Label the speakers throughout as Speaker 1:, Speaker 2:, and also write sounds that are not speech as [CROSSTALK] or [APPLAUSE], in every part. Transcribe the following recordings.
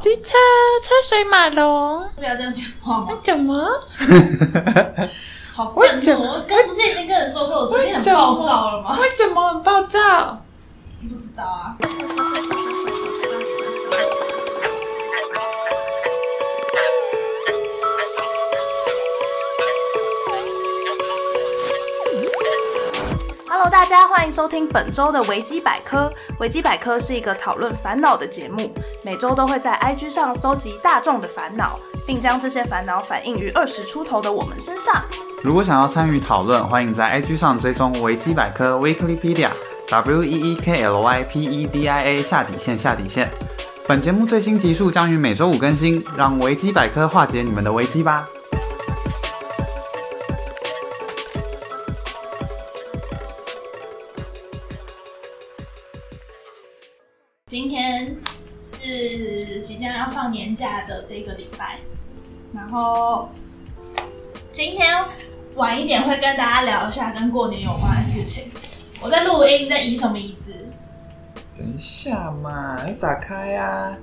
Speaker 1: 车车水马龙，
Speaker 2: 不要这样讲话吗？
Speaker 1: 怎么？
Speaker 2: 好
Speaker 1: 我
Speaker 2: 愤
Speaker 1: 讲
Speaker 2: 怒！我刚不是已经跟你说过我昨天很暴躁了吗？
Speaker 1: 为什么很暴躁？
Speaker 2: 不知道啊。
Speaker 3: Hello，大家欢迎收听本周的维基百科。维基百科是一个讨论烦恼的节目，每周都会在 IG 上搜集大众的烦恼，并将这些烦恼反映于二十出头的我们身上。
Speaker 4: 如果想要参与讨论，欢迎在 IG 上追踪维基百科 Wikipedia W E E K L Y P E D I A 下底线下底线。本节目最新集数将于每周五更新，让维基百科化解你们的危机吧。
Speaker 2: 今天是即将要放年假的这个礼拜，然后今天晚一点会跟大家聊一下跟过年有关的事情。我在录音，你在移什么移植？
Speaker 4: 等一下嘛，要打开呀、啊。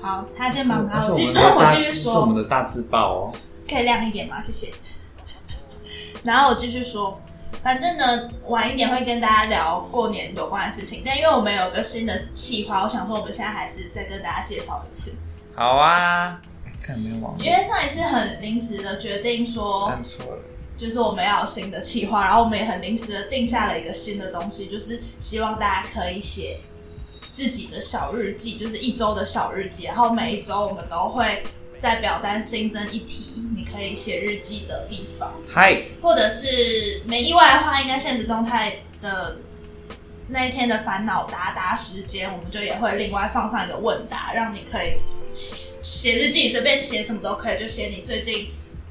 Speaker 2: 好，他先忙他，我
Speaker 4: 是
Speaker 2: 继
Speaker 4: 我们的
Speaker 2: 我
Speaker 4: 大
Speaker 2: 继续
Speaker 4: 是
Speaker 2: 说。
Speaker 4: 我们的大字报哦。
Speaker 2: 可以亮一点吗？谢谢。 [LAUGHS] 然后我继续说，反正呢，晚一点会跟大家聊过年有关的事情，但因为我们有个新的计划，我想说我们现在还是再跟大家介绍一次，
Speaker 4: 好啊，看没有网
Speaker 2: 因为上一次很临时的决定说，
Speaker 4: 按错了。
Speaker 2: 就是我们要有新的计划，然后我们也很临时的定下了一个新的东西，就是希望大家可以写自己的小日记，就是一周的小日记，然后每一周我们都会在表单新增一题，你可以写日记的地方。
Speaker 4: 嗨，
Speaker 2: 或者是没意外的话，应该现实动态的那一天的烦恼答答时间，我们就也会另外放上一个问答，让你可以写写日记，随便写什么都可以，就写你最近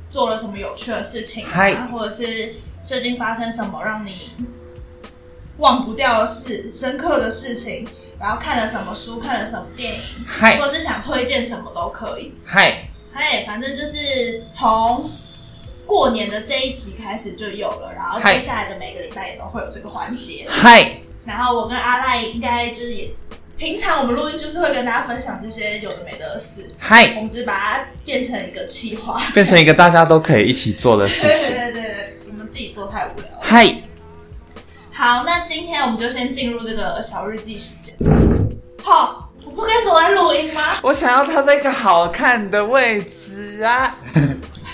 Speaker 2: 做了什么有趣的事情
Speaker 4: 嗨
Speaker 2: 啊，或者是最近发生什么让你忘不掉的事、深刻的事情，然后看了什么书、看了什么电影，
Speaker 4: 嗨
Speaker 2: 或者是想推荐什么都可以。
Speaker 4: 嗨，
Speaker 2: 嗨，反正就是从过年的这一集开始就有了，然后
Speaker 4: 嗨
Speaker 2: 接下来的每个礼拜也都会有这个环节。
Speaker 4: 嗨，
Speaker 2: 然后我跟阿赖应该就是也，平常我们录音就是会跟大家分享这些有的没的事，我
Speaker 4: 嗨，
Speaker 2: 们只是把它变成一个企划。
Speaker 4: 变成一个大家都可以一起做的
Speaker 2: 对
Speaker 4: 事
Speaker 2: 对
Speaker 4: [LAUGHS] 情。
Speaker 2: 对对对，我们自己做太无聊了。
Speaker 4: 嗨，
Speaker 2: 好，那今天我们就先进入这个小日记时间。好，我不该说我在录音吗？
Speaker 4: 我想要它在一个好看的位置啊！ [LAUGHS]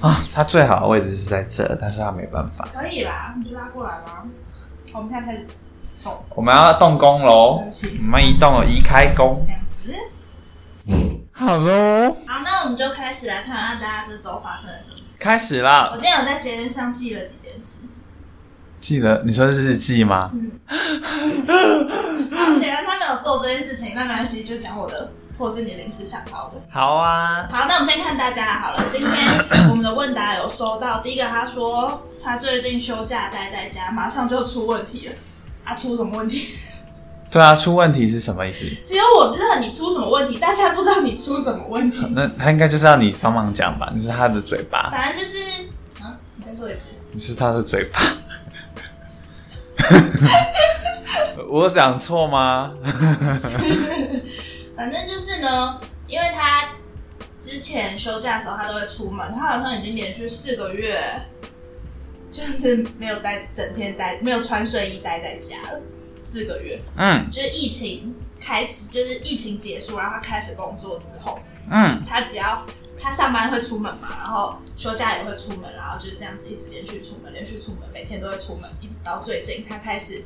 Speaker 4: 啊，它最好的位置是在这，但是它没办法。
Speaker 2: 可以啦，你就拉过来吧。好，我们现在开始动，
Speaker 4: 我们要动工喽
Speaker 2: 对不起，
Speaker 4: 我们移动了，移开工。
Speaker 2: 这样子。
Speaker 4: 好喽，
Speaker 2: 好，那我们就开始来看看大家这周发生了什么事。
Speaker 4: 开始
Speaker 2: 我
Speaker 4: 啦！
Speaker 2: 今天有在节目上记了几件事，
Speaker 4: 记得你说是日记吗？
Speaker 2: 嗯好，显然他没有做这件事情，那没关系，就讲我的，或者是你临时想到的。
Speaker 4: 好啊，
Speaker 2: 好，那我们先看大家好了。今天我们的问答有收到，第一个他说他最近休假待在家，马上就出问题了。啊，出什么问题？ [LAUGHS]
Speaker 4: 对啊，出问题是什么意思？
Speaker 2: 只有我知道你出什么问题，大家不知道你出什么问题。
Speaker 4: 那他应该就是要你帮忙讲吧？你是他的嘴巴，
Speaker 2: 反正就是，啊，你再说一次。
Speaker 4: 你是他的嘴巴。 [LAUGHS] 我讲错吗？
Speaker 2: 反正就是呢，因为他之前休假的时候，他都会出门，他好像已经连续四个月，就是没有待整天待，没有穿睡衣待在家了，四个月，
Speaker 4: 嗯
Speaker 2: 就是疫情开始，就是疫情结束，然后他开始工作之后，
Speaker 4: 嗯。
Speaker 2: 他只要他上班会出门嘛，然后休假也会出门，然后就是这样子一直连续出门，连续出门，每天都会出门，一直到最近他开始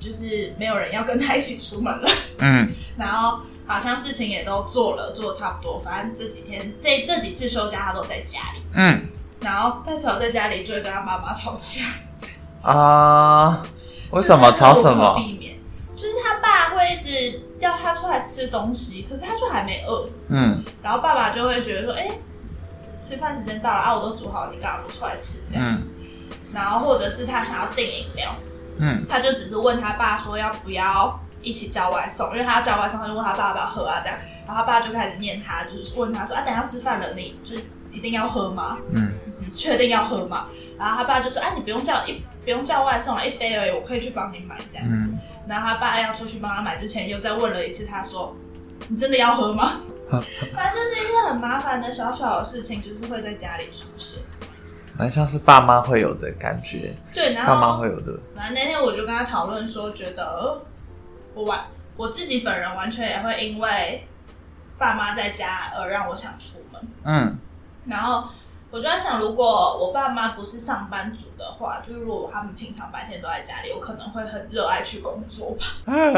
Speaker 2: 就是没有人要跟他一起出门了。
Speaker 4: 嗯
Speaker 2: 然后好像事情也都做了，做的差不多。反正这几天这这几次休假，他都在家里。
Speaker 4: 嗯
Speaker 2: 然后但是我在家里就会跟他妈妈吵架，
Speaker 4: 啊，为什么吵
Speaker 2: 就
Speaker 4: 什
Speaker 2: 是他无可
Speaker 4: 么？
Speaker 2: 避免，就是他爸会一直叫他出来吃东西，可是他就还没饿。
Speaker 4: 嗯
Speaker 2: 然后爸爸就会觉得说，哎、吃饭时间到了啊，我都煮好了，你干嘛不出来吃这样子？然后或者是他想要订饮料，
Speaker 4: 嗯
Speaker 2: 他就只是问他爸说要不要一起叫外送，因为他要叫外送，他就问他爸要不要喝啊这样，然后他爸就开始念他，就是问他说啊，等一下吃饭了，你就是一定要喝吗？
Speaker 4: [LAUGHS] 嗯，
Speaker 2: 你确定要喝吗？然后他爸就说啊，你不用叫一不用叫外送了，一杯
Speaker 4: 嗯
Speaker 2: 而已，我可以去帮你买这样子。然后他爸要出去帮他买之前，又再问了一次，他说你真的要喝吗？
Speaker 4: [LAUGHS]
Speaker 2: 反正就是一些很麻烦的小小的事情，就是会在家里出现。
Speaker 4: 蛮像是爸妈会有的感觉，
Speaker 2: 对，然后
Speaker 4: 爸妈会有的。
Speaker 2: 反正那天我就跟他讨论说，觉得我完我自己本人完全也会因为爸妈在家而让我想出门。
Speaker 5: 嗯，
Speaker 2: 然后我就在想，如果我爸妈不是上班族的话，就是如果他们平常白天都在家里，我可能会很热爱去工作吧。
Speaker 4: 嗯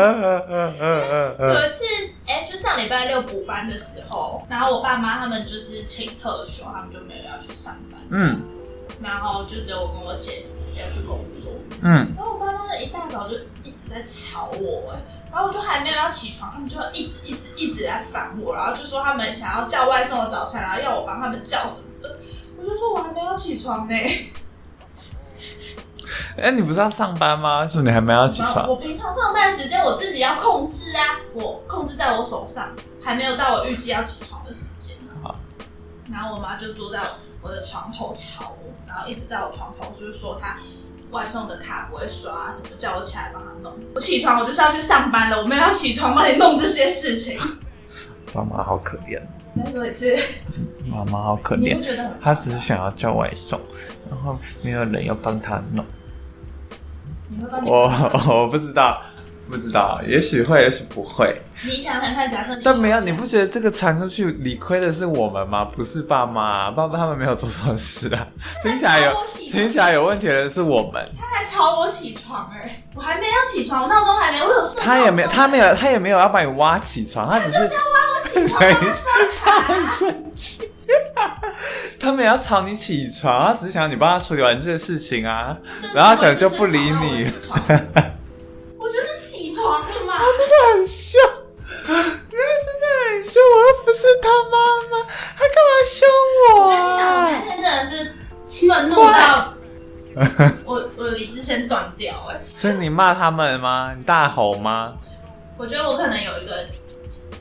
Speaker 2: 有一次，哎、就上礼拜六补班的时候，然后我爸妈他们就是请特休，他们就没有要去上班，
Speaker 5: 嗯
Speaker 2: 然后就只有我跟我姐要去工作。
Speaker 5: 嗯，
Speaker 2: 然后我爸妈一大早就一直在吵我、哎，然后我就还没有要起床，他们就一直一直一直来烦我，然后就说他们想要叫外送的早餐，然后要我帮他们叫什么的，我就说我还没有起床呢、
Speaker 4: 哎、你不是要上班吗？为什么你还没有起
Speaker 2: 然后
Speaker 4: 床？
Speaker 2: 我平常上班时间我自己要控制啊，我控制在我手上，还没有到我预计要起床的时间、啊
Speaker 4: 好
Speaker 2: 然后我妈就坐在我的床头吵我，然后一直在我床头就是说她外送的卡不会刷、啊，什么叫我起来帮她弄。我起床我就是要去上班了，我没有要起床帮你弄这些事情。
Speaker 4: [LAUGHS] 爸妈好可怜，
Speaker 2: 再说一次，
Speaker 4: 妈妈好可
Speaker 2: 你
Speaker 4: 怜
Speaker 2: 不。觉得很
Speaker 4: 他只是想要叫外送，然后没有人要帮他弄。
Speaker 2: 你会帮你？
Speaker 4: 我我不知道，不知道，也许会，也许不会。
Speaker 2: 你想想看，假设你
Speaker 4: 但没有，你不觉得这个传出去理亏的是我们吗？不是爸妈、啊爸爸他们没有做错事
Speaker 2: [LAUGHS]
Speaker 4: 啊。听起来有
Speaker 2: 他们起床
Speaker 4: 听起来有问题的是我们，
Speaker 2: 他来吵我起床哎、我还没有起床，我闹钟还没，我有设
Speaker 4: 他也没
Speaker 2: 闹钟
Speaker 4: 他没有他也没有要把你挖起床，他只是
Speaker 2: 起
Speaker 4: [LAUGHS]
Speaker 2: 床帮他刷卡。
Speaker 4: 他没有要吵你起床，他只是想要你帮他处理完这些事情啊，然后他可能就不理你。。
Speaker 2: 我就是起
Speaker 4: [LAUGHS]
Speaker 2: 床了嘛，
Speaker 4: 真的很凶，你真的很凶，我又不是他妈妈，他
Speaker 2: 我
Speaker 4: 干嘛凶我 [LAUGHS]
Speaker 2: 跟你讲，我
Speaker 4: 啊
Speaker 2: 那？天真的是愤怒到我我的理智线断掉哎、
Speaker 4: 所以你骂他们吗？你大吼吗？
Speaker 2: 我觉得我可能有一个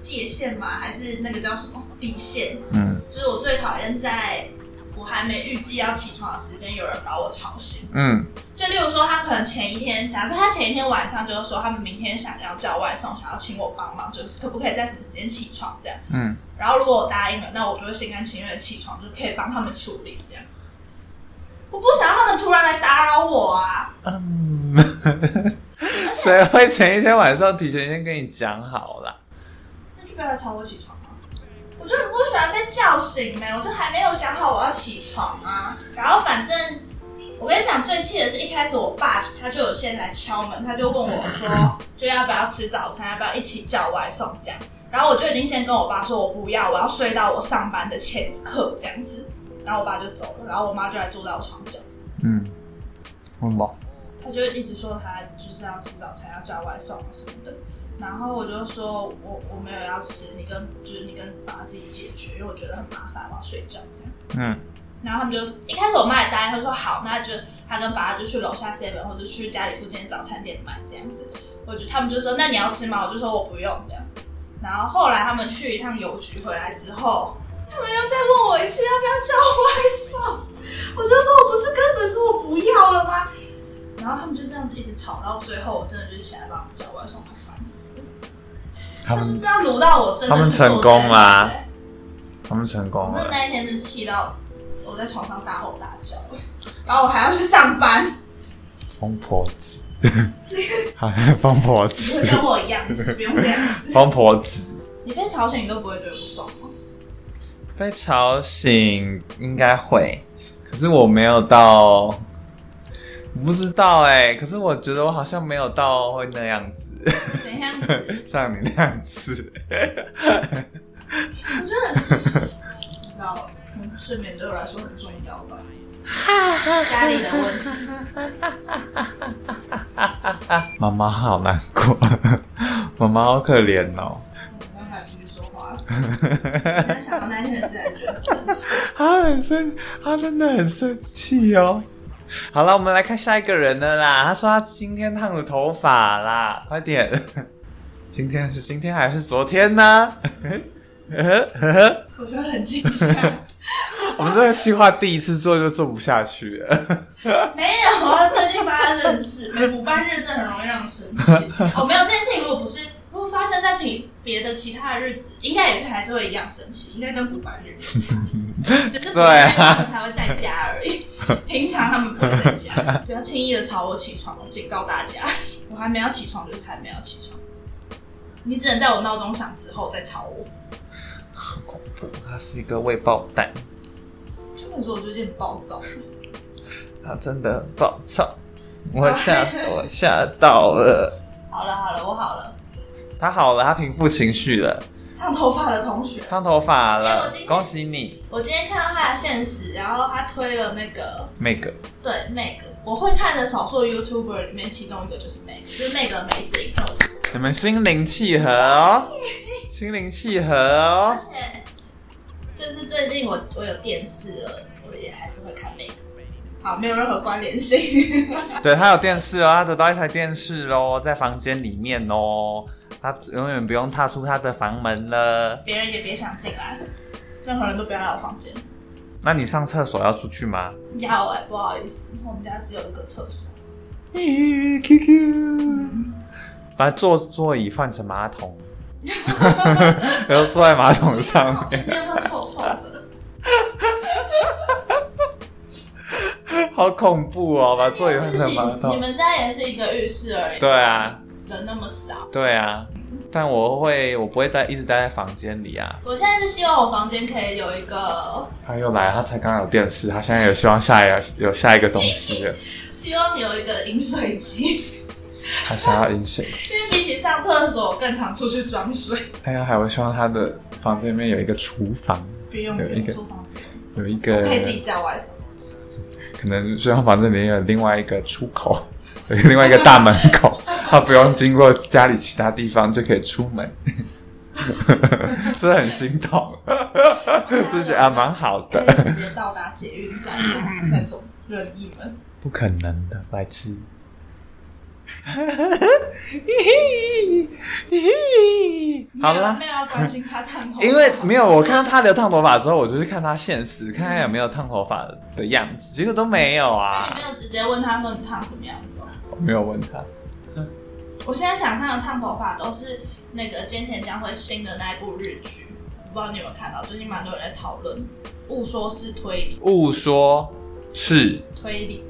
Speaker 2: 界限嘛，还是那个叫什么底线，
Speaker 4: 嗯
Speaker 2: 就是我最讨厌在我还没预计要起床的时间有人把我吵醒。
Speaker 4: 嗯
Speaker 2: 就例如说，他可能前一天，假设他前一天晚上就是说他们明天想要叫外送，想要请我帮忙，就是可不可以在什么时间起床这样。
Speaker 4: 嗯，
Speaker 2: 然后如果我答应了，那我就会心甘情愿的起床，就可以帮他们处理这样。我不想让他们突然来打扰我啊！
Speaker 4: 谁会前一天晚上提前先跟你讲好啦？
Speaker 2: 那就不要来吵我起床啊！我就很不喜欢被叫醒呢、欸我就还没有想好我要起床啊。然后反正我跟你讲，最气的是一开始我爸他就有先来敲门，他就问我说，就要不要吃早餐，要不要一起叫外送这样。然后我就已经先跟我爸说，我不要，我要睡到我上班的前一刻这样子。然后我爸就走了，然后我妈就来坐在我床角。
Speaker 4: 嗯，问吧。
Speaker 2: 他就一直说他就是要吃早餐，要叫外送什么的。然后我就说我我没有要吃，你跟就是你跟把它自己解决，因为我觉得很麻烦，我要睡觉这样。
Speaker 4: 嗯
Speaker 2: 然后他们就一开始我妈也答应，她说好，那就她跟爸爸就去楼下 seven 或者去家里附近的早餐店买这样子。我就他们就说那你要吃吗？我就说我不用这样。然后后来他们去一趟邮局回来之后，他们又再问我一次要不要叫外送，我就说我不是跟你们说我不要了吗？然后他们就这样子一直吵到最后，我真的就是起来帮他们叫外送，快烦死了。
Speaker 4: 他们
Speaker 2: 就是要撸到我真的
Speaker 4: 他们
Speaker 2: 去做
Speaker 4: 成功啦
Speaker 2: 这件事
Speaker 4: 他们成功
Speaker 2: 我真的
Speaker 4: 了，
Speaker 2: 那一天是气到我在床上大吼大叫，然后我还要去上班，
Speaker 4: 疯婆子， [LAUGHS] 还疯婆
Speaker 2: 你
Speaker 4: 子
Speaker 2: 会，跟我一样，就是不用这样子。 [LAUGHS]
Speaker 4: 疯婆子。
Speaker 2: 你被吵醒，你都不会觉得不爽吗？
Speaker 4: 被吵醒应该会，可是我没有到，我不知道哎、可是我觉得我好像没有到会那样子，
Speaker 2: 怎样子？ [LAUGHS]
Speaker 4: 像你那样子。
Speaker 2: 我觉得很，不知道，可能睡眠对我来说很重要吧。家里的问题，
Speaker 4: [LAUGHS] 妈妈好难过， [LAUGHS] 妈妈好可怜哦，
Speaker 2: 我没办法继续说话了。我在想到那天的事，还觉得很生气。
Speaker 4: 她很生，她真的很生气哦。好了，我们来看下一个人的啦。他说他今天烫了头发啦，快点！今天是今天还是昨天 [LAUGHS] 呢？
Speaker 2: 我觉得冷静一下。
Speaker 4: 我们这个计划第一次做就做不下去了。
Speaker 2: 没有啊，最近发生的事，每补班日真的很容易让人生气。哦，没有这件事情，如果不是如果发发生在平别的其他的日子，应该也是还是会一样生气，应该跟补班日没差，只是补班日他们才会在家而已，平常他们不会在家。不要轻易的吵我起床，我警告大家，我还没有起床就是还没有起床，你只能在我闹钟响之后再吵我。
Speaker 4: 好恐怖，他是一个未爆弹，
Speaker 2: 就跟你说，我最近暴躁，
Speaker 4: 他真的很暴躁，我吓 [LAUGHS] 我吓到了。
Speaker 2: 好了好了，我好了，
Speaker 4: 他好了，他平复情绪了，
Speaker 2: 烫头发的同学。
Speaker 4: 烫头发
Speaker 2: 哎我
Speaker 4: 了
Speaker 2: 今，天
Speaker 4: 恭喜你
Speaker 2: 我今天看到他的现实，然后他推了那个
Speaker 4: ，Meg。
Speaker 2: 对 Meg，我会看的少数 YouTuber 里面，其中一个就是 Meg，就是 Meg 的每一支影片我看，
Speaker 4: 你们心灵契合
Speaker 2: [LAUGHS]
Speaker 4: 哦，心灵契合哦
Speaker 2: 而。且就是最近我我有电视了，我也还是会看 Meg。好，没有任何关联性。 [LAUGHS]
Speaker 4: 对他有电视哦，他得到一台电视喽，在房间里面哦，他永远不用踏出他的房门了。
Speaker 2: 别人也别想进来，任何人都不要来我房间。
Speaker 4: 那你上厕所要出去吗
Speaker 2: 要哎、不好意思，我们家只有一个厕所。
Speaker 4: 咦？QQ，把座座椅换成马桶，然后坐在马桶上面，
Speaker 2: 你有没有臭臭的？
Speaker 4: 好恐怖哦！把座椅换成马
Speaker 2: 你
Speaker 4: 桶，
Speaker 2: 们家也是一个浴室而已，
Speaker 4: 对啊，
Speaker 2: 人那么少。
Speaker 4: 对啊。但我会，我不会待一直待在房间里啊。
Speaker 2: 我现在是希望我房间可以有一个，
Speaker 4: 他又来，他才刚刚有电视，他现在有希望下一有下一个东西了，
Speaker 2: 希望有一个饮水机，
Speaker 4: 他想要饮水。
Speaker 2: 因为比起上厕所，我更常出去装水。
Speaker 4: 他要还会希望他的房间里面有一个厨房，
Speaker 2: 不用不
Speaker 4: 有一
Speaker 2: 用，
Speaker 4: 个
Speaker 2: 厨房不用，
Speaker 4: 有一个
Speaker 2: 可以自己叫外送。
Speaker 4: 可能虽然房间里面有另外一个出口， [LAUGHS] 有另外一个大门口， [LAUGHS] 他不用经过家里其他地方就可以出门， [LAUGHS] 是不是很心痛， [LAUGHS] 就觉得啊蛮好
Speaker 2: 可
Speaker 4: 的。
Speaker 2: 以直接到达捷运站的那种任意门。
Speaker 4: 不可能的，白痴。 [LAUGHS] 好啦
Speaker 2: 没有没有要关心他烫头，
Speaker 4: [LAUGHS] 因为没有，我看到他留烫头发之后，我就去看他现实，看他有没有烫头发的样子，结果都没有
Speaker 2: 那
Speaker 4: 啊
Speaker 2: 你没，有直接问他说你烫什么样子哦。
Speaker 4: 我没有问啊他。
Speaker 2: 我现在想象的烫头发都是那个菅田将晖新的那一部日剧，我不知道你有没有看到，最近蛮多人在讨论误说是推理，
Speaker 4: 误说是
Speaker 2: 推理，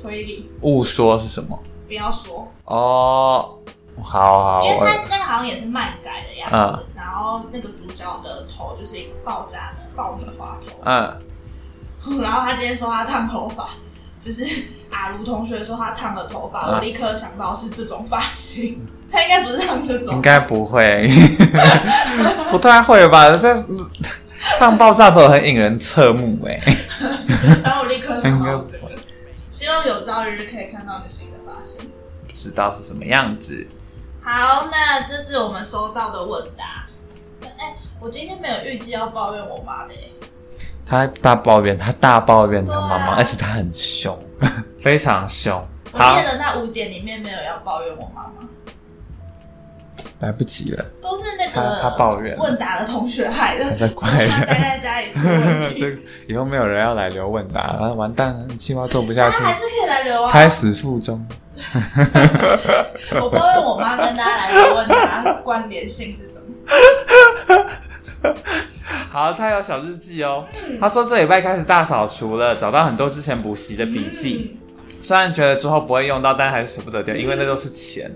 Speaker 2: 推理，
Speaker 4: 误说是什么？
Speaker 2: 不要说，
Speaker 4: 哦，好好，
Speaker 2: 因为
Speaker 4: 我
Speaker 2: 他那个好像也是漫改的样
Speaker 4: 啊
Speaker 2: 子，然后那个主角的头就是一个爆炸的爆米花头， [LAUGHS]
Speaker 4: 嗯，
Speaker 2: 然后他今天说他烫头发，就是阿卢同学说他烫了头发，
Speaker 4: 嗯
Speaker 2: 我立刻想到是这种发型， [LAUGHS] 他应该不是烫这种
Speaker 4: 应，该不会， [LAUGHS] 不太会吧？这烫爆炸头很引人侧目哎、
Speaker 2: [LAUGHS] 然后我立刻想到这个，希望有朝一日可以看到你新的发型。
Speaker 4: 不知道是什么样子。
Speaker 2: 好，那这是我们收到的问答。哎、我今天没有预计要抱怨我妈的、哎
Speaker 4: 他大抱怨，他大抱怨他妈
Speaker 2: 对
Speaker 4: 妈，
Speaker 2: 啊
Speaker 4: 而且他很凶，非常凶。
Speaker 2: 我
Speaker 4: 好
Speaker 2: 列，的那五点里面没有要抱怨我妈妈，
Speaker 4: 来不及了，
Speaker 2: 都是那个
Speaker 4: 他他抱怨
Speaker 2: 问答的同学害的，
Speaker 4: 他在怪人
Speaker 2: 说他待在家里出问
Speaker 4: [LAUGHS] 这
Speaker 2: 题。 [LAUGHS]
Speaker 4: 个以后没有人要来留问答了，完蛋了，计划做不
Speaker 2: 大
Speaker 4: 下
Speaker 2: 家还
Speaker 4: 去，
Speaker 2: 是可以来留啊！
Speaker 4: 胎死腹中。
Speaker 2: 我抱怨我妈跟大家来留问答关联性是什么？
Speaker 4: 好，他有小日记哦。
Speaker 2: 嗯
Speaker 4: 他说这礼拜开始大扫除了，找到很多之前补习的笔
Speaker 2: 嗯
Speaker 4: 记，虽然觉得之后不会用到，但还是舍不得掉，因为那都是钱。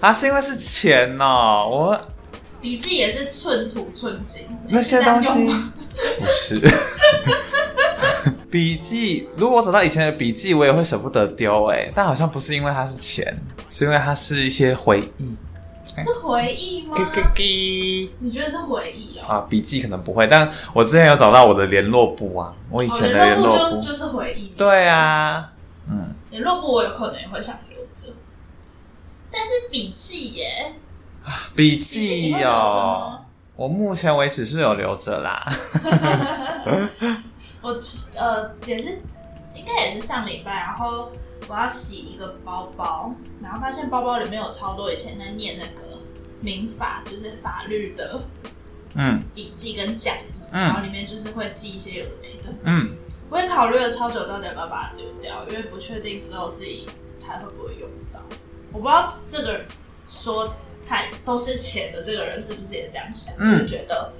Speaker 4: 啊，是因为是钱哦，我
Speaker 2: 笔记也是寸土寸金，
Speaker 4: 那些东
Speaker 2: 这样
Speaker 4: 西
Speaker 2: 用吗
Speaker 4: 不是 [LAUGHS] 笔记。如果我找到以前的笔记，我也会舍不得丢哎、但好像不是因为它是钱，是因为它是一些回忆。哎
Speaker 2: 是回忆吗
Speaker 4: 咯？咯咯
Speaker 2: 你觉得是回忆哦？
Speaker 4: 啊，笔记可能不会，但我之前有找到我的联络簿啊，我以
Speaker 2: 哦，
Speaker 4: 前的
Speaker 2: 联
Speaker 4: 联
Speaker 2: 络
Speaker 4: 络
Speaker 2: 簿
Speaker 4: 簿
Speaker 2: 就。就是回忆。
Speaker 4: 对，啊，嗯，
Speaker 2: 联络簿我有可能也会想留着，但是笔记耶，
Speaker 4: 笔
Speaker 2: 笔记
Speaker 4: 记
Speaker 2: 你会留着
Speaker 4: 哦
Speaker 2: 吗，？
Speaker 4: 我目前为止是有留着啦。
Speaker 2: [LAUGHS] 我呃也是，应该也是上礼拜，然后我要洗一个包包，然后发现包包里面有超多以前在念那个民法，就是法律的
Speaker 4: 嗯
Speaker 2: 笔记跟讲义，
Speaker 4: 嗯
Speaker 2: 然后里面就是会记一些有的没的。
Speaker 4: 嗯，
Speaker 2: 我也考虑了超久，到底要不要把它丢掉，因为不确定之后自己还会不会用到。我不知道这个说看都是钱的这个人是不是也这样想？
Speaker 4: 嗯
Speaker 2: 就是觉得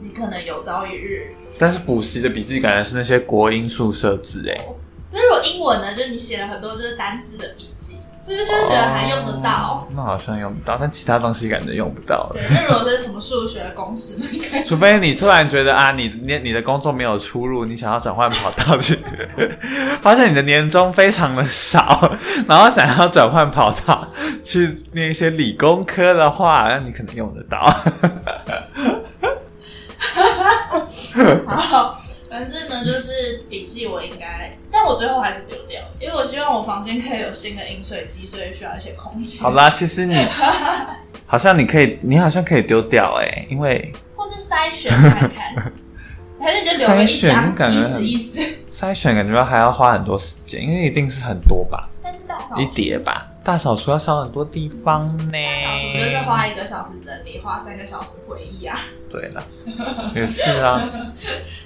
Speaker 2: 你可能有朝一日，
Speaker 4: 但是补习的笔记感觉是那些国音数设置、欸，
Speaker 2: 那如果英文呢，就是你写了很多就是单字的笔记，是不是就会觉得还用得到？
Speaker 4: 哦那好像用不到，但其他东西感觉用不到了。
Speaker 2: 对，那如果是什么数学的公式，你可以
Speaker 4: 除非你突然觉得啊，你你你的工作没有出路，你想要转换跑道去， [LAUGHS] 发现你的年终非常的少，然后想要转换跑道去念一些理工科的话，那你可能用得
Speaker 2: [LAUGHS]
Speaker 4: 到。
Speaker 2: 好，反正呢就是笔记我应该，但我最后还是丢掉，因为我希望我房间可以有新的饮水机，所以需要一些空间。
Speaker 4: 好，啦，其实你好像你可以，你好像可以丢掉哎、因为
Speaker 2: 或是筛选看看，还是你就留个一
Speaker 4: 筛选
Speaker 2: 张，
Speaker 4: 感觉
Speaker 2: 意
Speaker 4: 很
Speaker 2: 思意思。
Speaker 4: 筛选感觉还要花很多时间，因为一定是很多吧，
Speaker 2: 但是大扫
Speaker 4: 一
Speaker 2: 除，
Speaker 4: 叠吧，大扫除要扫很多地方呢
Speaker 2: 大扫除。就是花一个小时整理，花三个小时回忆啊。
Speaker 4: 对了，也是啊，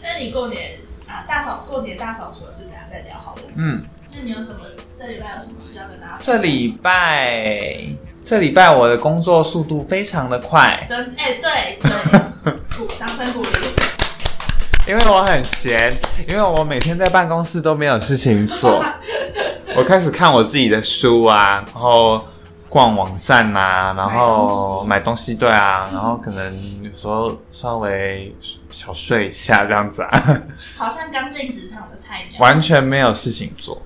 Speaker 2: 那你过年啊，大扫过年大扫除的事，等下再聊好了。
Speaker 4: 嗯。
Speaker 2: 那你有什么这礼拜有什么事要跟大家分享？
Speaker 4: 这礼拜，这礼拜我的工作速度非常的快，
Speaker 2: 真哎、对对，鼓掌声鼓励。
Speaker 4: 因为我很闲，因为我每天在办公室都没有事情做。我开始看我自己的书啊，然后逛网站啊，然后买东西，对啊，然后可能有时候稍微小睡一下这样子啊，
Speaker 2: [LAUGHS]
Speaker 4: [LAUGHS]
Speaker 2: 好像刚进职场的菜鸟，
Speaker 4: 完全没有事情做，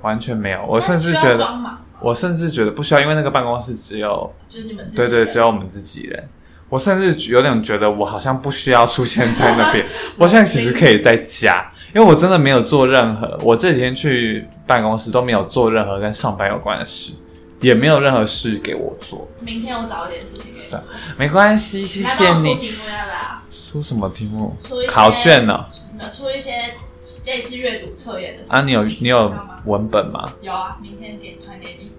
Speaker 4: 完全没有。我甚至觉
Speaker 2: 需要
Speaker 4: 得，
Speaker 2: 装忙吗
Speaker 4: 我甚至觉得不需要，因为那个办公室只有
Speaker 2: 就是你们自己
Speaker 4: 对
Speaker 2: 人
Speaker 4: 对，只有我们自己人。我甚至有点觉得我好像不需要出现在
Speaker 2: [LAUGHS]
Speaker 4: 那边，我现在其实可以在家，因为我真的没有做任何，我这几天去办公室都没有做任何跟上班有关的事，也没有任何事给我做，
Speaker 2: 明天我找一点事情给你做，
Speaker 4: 没关系，谢
Speaker 2: 来
Speaker 4: 谢
Speaker 2: 帮我出
Speaker 4: 你。
Speaker 2: 题目要不要？
Speaker 4: 出什么题目
Speaker 2: 出一？些
Speaker 4: 考卷呢、
Speaker 2: 没有出一些类似阅读测验的题目
Speaker 4: 啊，你有你有
Speaker 2: 知道吗
Speaker 4: 文本吗？
Speaker 2: 有啊，明天点传给你。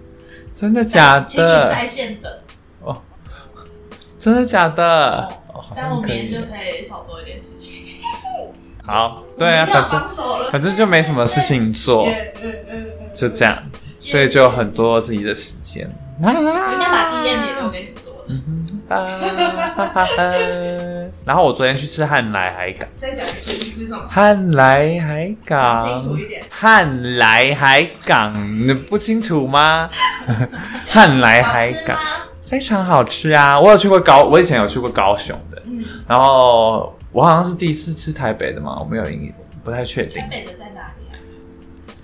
Speaker 4: 真的假
Speaker 2: 请你
Speaker 4: 的
Speaker 2: 在？线等，
Speaker 4: 真的假的
Speaker 2: 哦？
Speaker 4: 哦好
Speaker 2: 这样我
Speaker 4: 像
Speaker 2: 明
Speaker 4: 可
Speaker 2: 天
Speaker 4: 以
Speaker 2: 就。可以少做一点事情。
Speaker 4: 好，对啊，
Speaker 2: 明天
Speaker 4: 反
Speaker 2: 要
Speaker 4: 正
Speaker 2: 帮手了。
Speaker 4: 反正就没什么事情做。
Speaker 2: 嗯嗯嗯嗯，
Speaker 4: 就这样，所以就有很多自己的时 [LAUGHS] 间。
Speaker 2: 我应该把 DM 也留给你做的。
Speaker 4: 啊然后我昨天去吃汉来海港，
Speaker 2: 再讲一次，你吃什么？
Speaker 4: 汉来海港
Speaker 2: 讲清楚一点，
Speaker 4: 汉来海港，你不清楚吗？ [LAUGHS] 汉来
Speaker 2: 好
Speaker 4: 海
Speaker 2: 吃
Speaker 4: 港
Speaker 2: 吗？
Speaker 4: 非常好吃啊！我有去过高，我以前有去过高雄的，
Speaker 2: 嗯，
Speaker 4: 然后我好像是第一次吃台北的嘛，我没有印，不太确定
Speaker 2: 台，北的在哪里啊？哦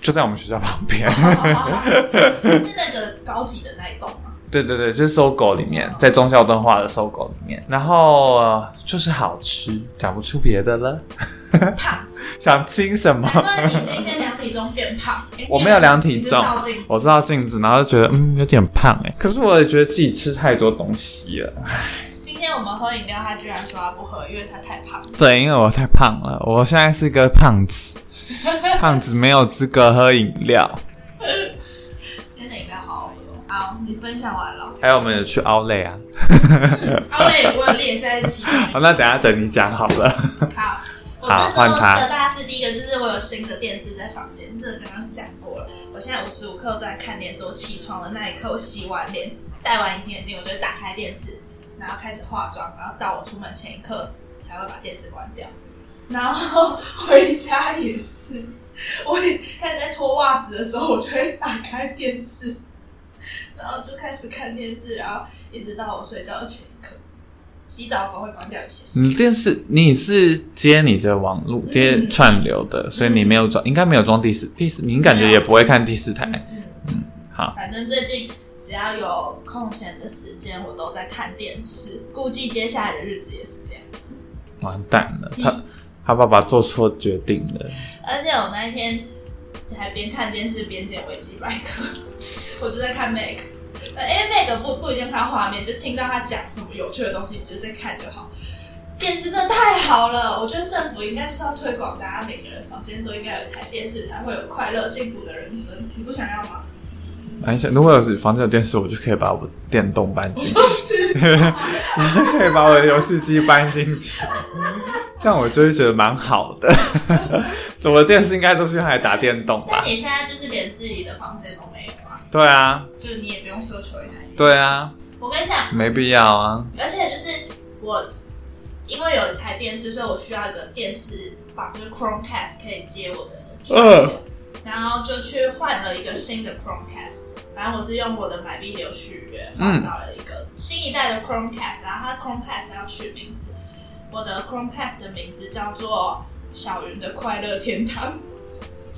Speaker 4: 就在我们学校旁
Speaker 2: [LAUGHS]
Speaker 4: 边。
Speaker 2: 是那个高级的那一栋吗？
Speaker 4: 对对对，就是搜狗里面，在中孝敦化的搜狗里面，然后、呃就是好吃，讲不出别的了。 [LAUGHS]
Speaker 2: 胖子，
Speaker 4: 想亲什么 [LAUGHS]
Speaker 2: 难？怪你今天量体重变胖。诶
Speaker 4: 我没有量体
Speaker 2: 你是
Speaker 4: 重
Speaker 2: 照镜子
Speaker 4: 我知道镜子，然后就觉得嗯有点胖哎、可是我也觉得自己吃太多东西了。
Speaker 2: 今天我们喝饮料，他居然说他不喝，因为他太胖了。
Speaker 4: 对，因为我太胖了，我现在是个胖 [LAUGHS] 子，胖子没有资格喝饮料。
Speaker 2: 今天的饮料好好喝哦。好，你分享完
Speaker 4: [LAUGHS]
Speaker 2: 了。
Speaker 4: 还有我们有去奥莱啊，
Speaker 2: 奥利我有列在其中。
Speaker 4: 好，那等一下等你讲好了。 [LAUGHS]
Speaker 2: 好，我
Speaker 4: 好
Speaker 2: 这周
Speaker 4: 换他
Speaker 2: 的大事第一个就是我有新的电视在房间，这个刚刚讲过了。我现在无时无刻都在看电视，我起床的那一刻，我洗完脸、戴完隐形眼镜，我就会打开电视，然后开始化妆，然后到我出门前一刻才会把电视关掉。然后 [LAUGHS] 回家也是，我也开始在脱袜子的时候，我就会打开电视，然后就开始看电视，然后一直到我睡觉的前一刻。洗澡的时候会关掉一些。
Speaker 4: 你嗯电视你是接你的网络接
Speaker 2: 嗯
Speaker 4: 串流的，所以你没有装，应该没有装第四第四，你感觉
Speaker 2: 没有
Speaker 4: 也不会看第四台。
Speaker 2: 嗯，
Speaker 4: 哎好，
Speaker 2: 反正最近只要有空闲的时间，我都在看电视。估计接下来的日子也是这样子。
Speaker 4: 完蛋了，他他爸爸做错决定了。
Speaker 2: 而且我那一天还边看电视边剪维基百科， [LAUGHS] 我就在看 Meg。呃，因为 Meg 不不一定看画面，就听到他讲什么有趣的东西，你就在看就好。电视真的太好了，我觉得政府应该就是要推广，大家每个人房间都应该有一台电视，才会有快乐幸福的人生。你不想要吗？
Speaker 4: 哎，如果有房间有电视，我就可以把我电动搬进去，你就可以把我的游戏机搬进去，这样我就会觉得蛮好的。我的电视应该都是用来打电动吧
Speaker 2: 但？你现在就是连自己的房间都没有啊，
Speaker 4: 对啊，
Speaker 2: 就你也不用奢求一台电视
Speaker 4: 对啊，
Speaker 2: 我我跟你讲，
Speaker 4: 没必要啊。
Speaker 2: 而且就是我因为有一台电视，所以我需要一个电视吧，就是 Chromecast 可以接我的剧
Speaker 4: 嗯
Speaker 2: 然后就去换了一个新的 Chromecast。反正我是用我的 My Video 续约换到了一个新一代的 Chromecast，然后它 Chromecast 要取名字，我的 Chromecast 的名字叫做小云的快乐天堂。 [LAUGHS]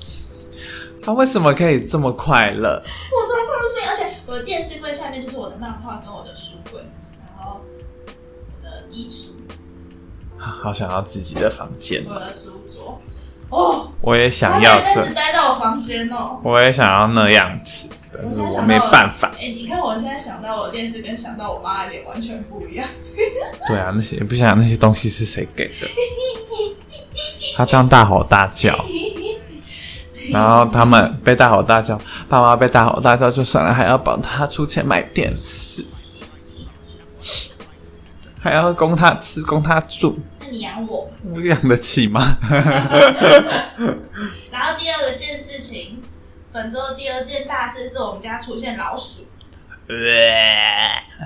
Speaker 4: 他为什么可以这么快乐？
Speaker 2: 我超高兴，而且我的电视柜下面就是我的漫画跟我的书柜，然后我的衣橱、
Speaker 4: 好想要自己的房间，
Speaker 2: 我的书桌。哦，
Speaker 4: 我也想
Speaker 2: 我
Speaker 4: 要
Speaker 2: 每辈子
Speaker 4: 这，
Speaker 2: 待到我房间哦。
Speaker 4: 我也想要那样子，但
Speaker 2: 我
Speaker 4: 是
Speaker 2: 现在
Speaker 4: 我
Speaker 2: 想
Speaker 4: 没
Speaker 2: 到我
Speaker 4: 办法。
Speaker 2: 哎、你看我现在想到我电视跟想到我妈的脸完全不一样。
Speaker 4: 对啊，那些不想那些东西是谁给的？他这样大吼大叫，然后他们被大吼大叫，爸妈被大吼大叫就算了，还要帮他出钱买电视，还要供他吃供他住，
Speaker 2: 那你养我。
Speaker 4: 我养得起吗？
Speaker 2: [LAUGHS] 然后第二件事情，本周第二件大事是我们家出现老鼠，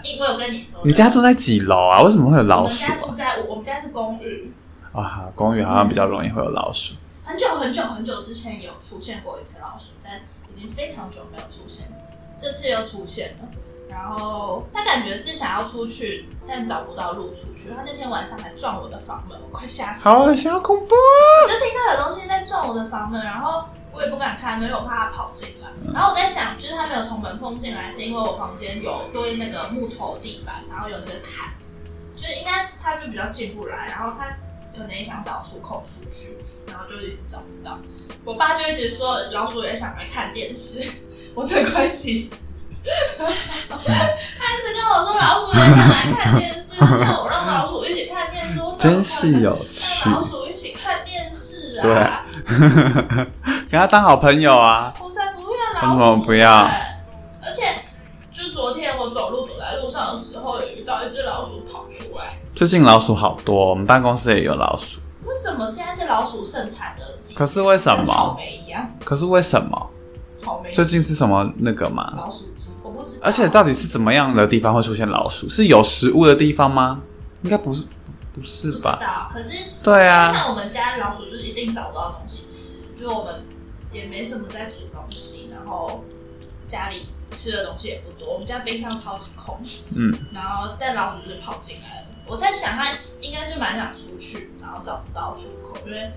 Speaker 2: 因为我跟你说的，
Speaker 4: 你家住在几楼啊？为什么会有
Speaker 2: 我
Speaker 4: 老
Speaker 2: 们
Speaker 4: 鼠
Speaker 2: 家住
Speaker 4: 啊？
Speaker 2: 在我们家是公寓，
Speaker 4: 啊，好公寓好像比较容易会有老鼠。
Speaker 2: 很久很久很久之前有出现过一次老鼠，但已经非常久没有出现了，这次又出现了。然后他感觉是想要出去，但找不到路出去。他那天晚上还撞我的房门，我快吓死了！
Speaker 4: 好
Speaker 2: 我
Speaker 4: 想要恐怖！啊
Speaker 2: 就听到有东西在撞我的房门，然后我也不敢开门，因为我怕它跑进来。
Speaker 4: 嗯
Speaker 2: 然后我在想，就是它没有从门缝进来，是因为我房间有堆那个木头地板，然后有那个坎，就是应该它就比较进不来。然后它可能也想找出口出去，然后就一直找不到。我爸就一直说老鼠也想来看电视， [LAUGHS] 我真的快气死。 [LAUGHS] 他一直跟我说老鼠也想来看电视，叫我让老鼠一起看电视，我怎么
Speaker 4: 真
Speaker 2: 可
Speaker 4: 是哦
Speaker 2: 能
Speaker 4: 有趣
Speaker 2: 带，老鼠一起看电视啊！
Speaker 4: 对跟他当好朋友啊。
Speaker 2: 我才不要
Speaker 4: 为什
Speaker 2: 老
Speaker 4: 么
Speaker 2: 虎、
Speaker 4: 不要
Speaker 2: 欸！而且，就昨天我走路走在路上的时候，有遇到一只老鼠跑出来。
Speaker 4: 最近老鼠好多，我们办公室也有老鼠。
Speaker 2: 为什么现在是老鼠盛产的季节？
Speaker 4: 可是为什
Speaker 2: 跟草
Speaker 4: 么？
Speaker 2: 莓一样，
Speaker 4: 可是为什么？
Speaker 2: 草莓
Speaker 4: 最近是什么那个吗？
Speaker 2: 老鼠季，我不知道。
Speaker 4: 而且到底是怎么样的地方会出现老鼠？是有食物的地方吗？应该不是，不是
Speaker 2: 不知
Speaker 4: 吧？
Speaker 2: 道，可是
Speaker 4: 对啊，
Speaker 2: 像我们家老鼠就是一定找不到东西吃，就我们也没什么在煮东西，然后家里吃的东西也不多，我们家冰箱超级空，
Speaker 4: 嗯，
Speaker 2: [LAUGHS] 然后但老鼠就是跑进来了。我在想，它应该是蛮想出去，然后找不到出口，因为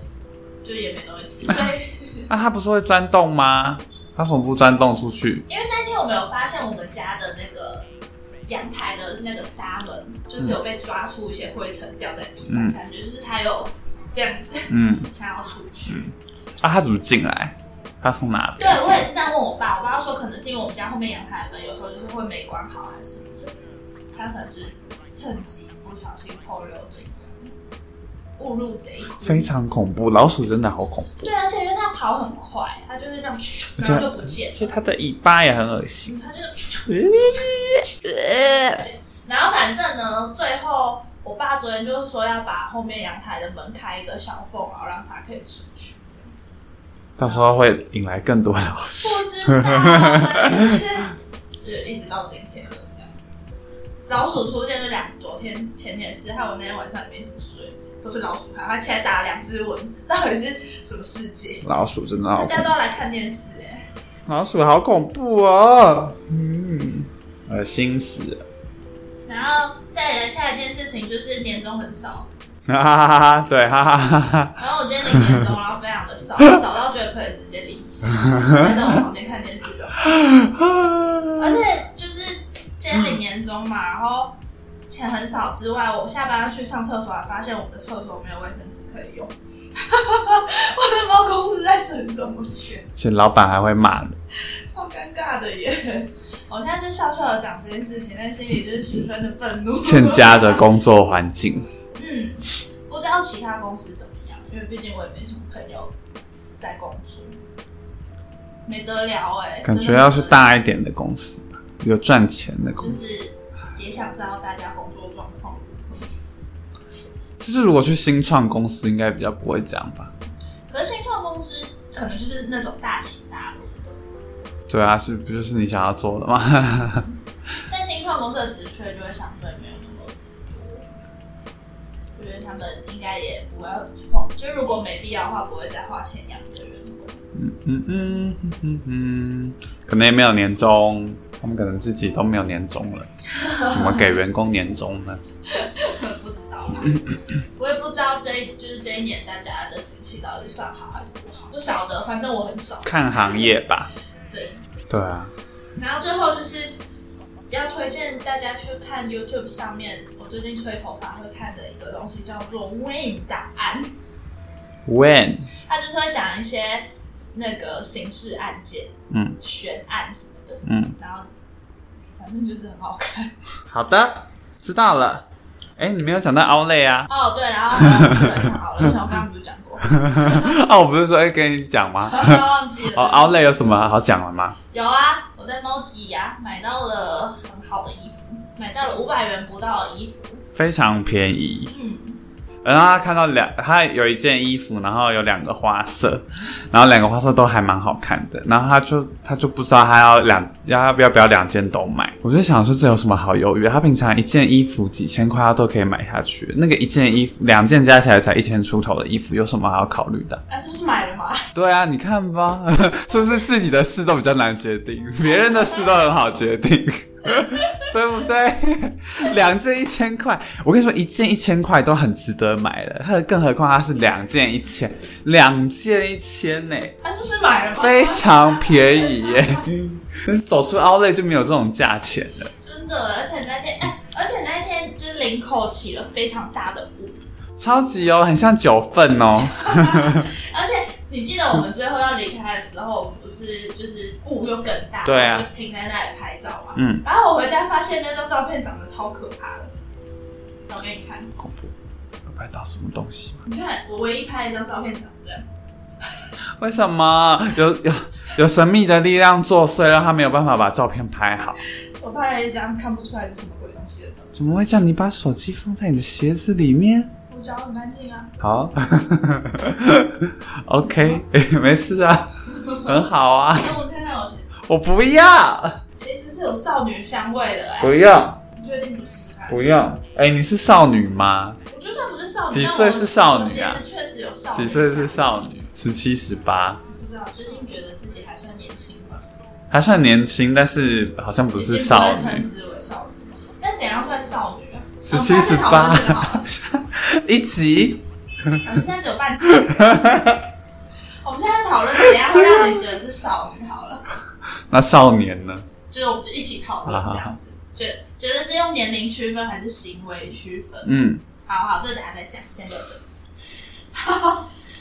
Speaker 2: 就也没东西吃，所以。
Speaker 4: [LAUGHS] 那啊它不是会钻洞吗？它怎么不钻洞出去？
Speaker 2: 因为那天我们有发现我们家的那个阳台的那个纱门，就是有被抓出一些灰尘掉在地上，
Speaker 4: 嗯
Speaker 2: 感觉就是它有这样子 [LAUGHS]
Speaker 4: 嗯，
Speaker 2: 想要出去。
Speaker 4: 啊，它怎么进来？它从哪
Speaker 2: 对
Speaker 4: 边进
Speaker 2: 我也
Speaker 4: 来？
Speaker 2: 是这样问我爸，我爸说可能是因为我们家后面阳台门有时候就是会没关好还是什么的，
Speaker 4: 嗯
Speaker 2: 他可能就是趁机不小心偷溜进来，误入贼窟。
Speaker 4: 非常恐怖，老鼠真的好恐怖，
Speaker 2: 对，啊而且因为它跑很快，它就是这样，
Speaker 4: 而且
Speaker 2: 然后就不见
Speaker 4: 而
Speaker 2: 了。
Speaker 4: 且它的尾巴也很恶心。
Speaker 2: 他就是，
Speaker 1: 呃
Speaker 2: 然后反正呢，最后我爸昨天就是说要把后面阳台的门开一个小缝，然后让他可以出去，这样子。
Speaker 4: 到时候会引来更多老鼠。
Speaker 2: 不知道，反正就是就是一直到今天了这样。老鼠出现就两，昨天前天的事，还有我那天晚上也没怎么睡，都是老鼠害，他起来打了两只蚊子，到底是什么世界？
Speaker 4: 老鼠真的好
Speaker 2: 大
Speaker 4: 恐
Speaker 2: 家
Speaker 4: 怖
Speaker 2: 都，要来看电视哎、
Speaker 4: 老鼠啊好恐怖哦，嗯，恶心死了。
Speaker 2: 然后再来下一件事情就是年终很少，
Speaker 4: 哈哈哈哈，对，哈哈哈哈。
Speaker 2: 然后我今天领年终，然后非常的
Speaker 4: [LAUGHS]
Speaker 2: 少，少到觉得可以直接离职，待在我房间看电视就好。而且就是今天领年终嘛，然后钱很少之外，我下班要去上厕所，还发现我们的厕所没有卫生纸可以用。我 [LAUGHS] 也不知道公司在省什么钱，
Speaker 4: 且老板还会骂你，
Speaker 2: 超尴尬的耶！我现在就笑笑的讲这件事情，但心里就是十分的愤怒。
Speaker 4: 欠佳的工作环境。
Speaker 2: 嗯，不知道其他公司怎么样，因为毕竟我也没什么朋友在工作，没得聊哎、
Speaker 4: 感
Speaker 2: 真
Speaker 4: 觉
Speaker 2: 的
Speaker 4: 要是大一点的公司吧，有赚钱的公
Speaker 2: 就
Speaker 4: 司。
Speaker 2: 是也想知道大家工作状况。
Speaker 4: 就是如果去新创公司，应该比较不会这样吧？
Speaker 2: 可是新创公司可能就是那种大起大落的，
Speaker 4: 对啊，是不就是你想要做的吗？
Speaker 2: 但新创公司的职缺就会相对没有那么多，因为他们应该也不会花，就如果没必要的话，不会再花钱养一个员工。
Speaker 4: [LAUGHS] 嗯嗯嗯嗯嗯，可能也没有年终，他们可能自己都没有年终了，怎么给员工年终 [LAUGHS] 呢？
Speaker 2: 不知道啦，我也不知道这一就是这一年大家的景气到底算好还是不好，不晓得，反正我很少。
Speaker 4: 看行业吧。
Speaker 2: 对，
Speaker 4: 对啊，
Speaker 2: 然后最后就是要推荐大家去看 YouTube 上面我最近吹头发会看的一个东西，叫做 Win 档案，
Speaker 4: When
Speaker 2: 它就是会讲一些那个刑事案件、
Speaker 4: 嗯
Speaker 2: 悬案什么的，
Speaker 4: 嗯，
Speaker 2: 然后反正就是很好看。
Speaker 4: 好的，知道了。哎，你没有讲到奥类啊？ [LAUGHS]
Speaker 2: 哦，对，然后还有去了好了，因为我刚刚不是讲过，
Speaker 4: 啊，我不是说哎跟你讲吗？
Speaker 2: 忘记了。
Speaker 4: 哦，奥类有什么好讲的吗？
Speaker 2: 有啊，我在猫吉呀买到了很好的衣服，买到了五百元不到的衣服。
Speaker 4: 非常便宜。
Speaker 2: 嗯，
Speaker 4: 然后他看到两，他有一件衣服，然后有两个花色，然后两个花色都还蛮好看的。然后他就他就不知道他要两要不要不要两件都买。我就想说这有什么好犹豫的？他平常一件衣服几千块他都可以买下去，那个一件衣服两件加起来才一千出头的衣服，有什么好考虑的？
Speaker 2: 那、哎是不是买 [LAUGHS] 了嘛？
Speaker 4: 对啊，你看吧， [LAUGHS] 是不是自己的事都比较难决定，别人的事都很好决定， [LAUGHS] 对不对？ [LAUGHS] 两件一千块，我跟你说，一件一千块都很值得买了，它更何况它是两件一千，两件一千呢、
Speaker 2: 那、哎是不是买了嘛？
Speaker 4: 非常便宜耶、 [LAUGHS] 但是走出 Outlet 就没有这种价钱了，
Speaker 2: 真的，而且那天，哎、而且那天就是领口起了非常大的雾，
Speaker 4: 超级哦，很像九份哦，
Speaker 2: 而且你记得我们最后要离开的时候，我们不是就是雾又更大，
Speaker 4: 对啊
Speaker 2: 就停在那里拍照嘛。
Speaker 4: 嗯，
Speaker 2: 然后我回家发现那张照片长得超可怕的，我给你看，
Speaker 4: 恐怖，有拍到什么东西吗？
Speaker 2: 你看我唯一拍一张照片长这样。
Speaker 4: 为什么有有有神秘的力量作祟，让他没有办法把照片拍好？
Speaker 2: 我拍了一张看不出来是什么鬼东西的照片，
Speaker 4: 怎么会叫你把手机放在你的鞋子里面？
Speaker 2: 我脚很干净啊。
Speaker 4: 好 [LAUGHS] ，OK，没 [LAUGHS] 事啊， [LAUGHS] 很好啊，
Speaker 2: 给我看看我鞋子，
Speaker 4: 我不要，
Speaker 2: 鞋子是有少女香味的哎、
Speaker 4: 要，
Speaker 2: 你确定不是试试看？
Speaker 4: 不要。哎、你是少女吗？
Speaker 2: 我就算不是少女，
Speaker 4: 几岁是少女啊
Speaker 2: 但我我鞋子确实有少女。
Speaker 4: 几岁是？少女？十七、十八，
Speaker 2: 不知道，最近觉得自己还算年轻吧，
Speaker 4: 还算年轻，但是好像不是少
Speaker 2: 已经不被称
Speaker 4: 女。
Speaker 2: 之为少女。那怎样算少女啊？
Speaker 4: 十七、十
Speaker 2: 我
Speaker 4: 八
Speaker 2: 们下次讨论这个好了，
Speaker 4: [LAUGHS] 一集
Speaker 2: 我们现在只有
Speaker 4: [LAUGHS]
Speaker 2: 半集。我们现在讨论怎样会让你觉得是少女好了，
Speaker 4: 那少年呢？
Speaker 2: 就是我们就一起讨论这样子，觉觉得是用年龄区分还是行为区分？
Speaker 4: 嗯，
Speaker 2: 好好，这等下再讲，先留着。 [LAUGHS]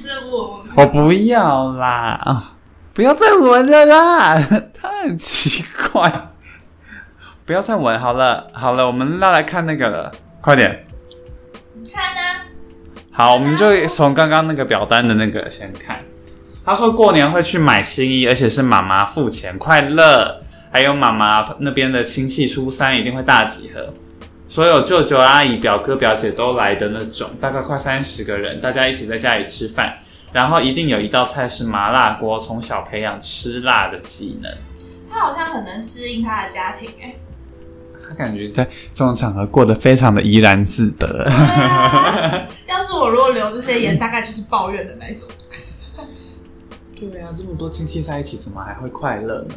Speaker 2: 这不我们
Speaker 4: 我不要啦，啊不要再闻了啦， [LAUGHS] 它很奇怪。不要再闻好了，好了，我们要来看那个了，快点。
Speaker 2: 你看呢、
Speaker 4: 好，我们就从刚刚那个表单的那个先看。他说过年会去买新衣，而且是妈妈付钱，快乐。还有妈妈那边的亲戚初三一定会大集合，所有舅舅、阿姨、表哥、表姐都来的那种，大概快三十个人，大家一起在家里吃饭，然后一定有一道菜是麻辣锅，从小培养吃辣的技能。
Speaker 2: 他好像很能适应他的家庭哎、
Speaker 4: 他感觉在这种场合过得非常的怡然自得。
Speaker 2: [LAUGHS] 要是我如果留这些言，大概就是抱怨的那一种。
Speaker 4: 对啊，这么多亲戚在一起，怎么还会快乐呢？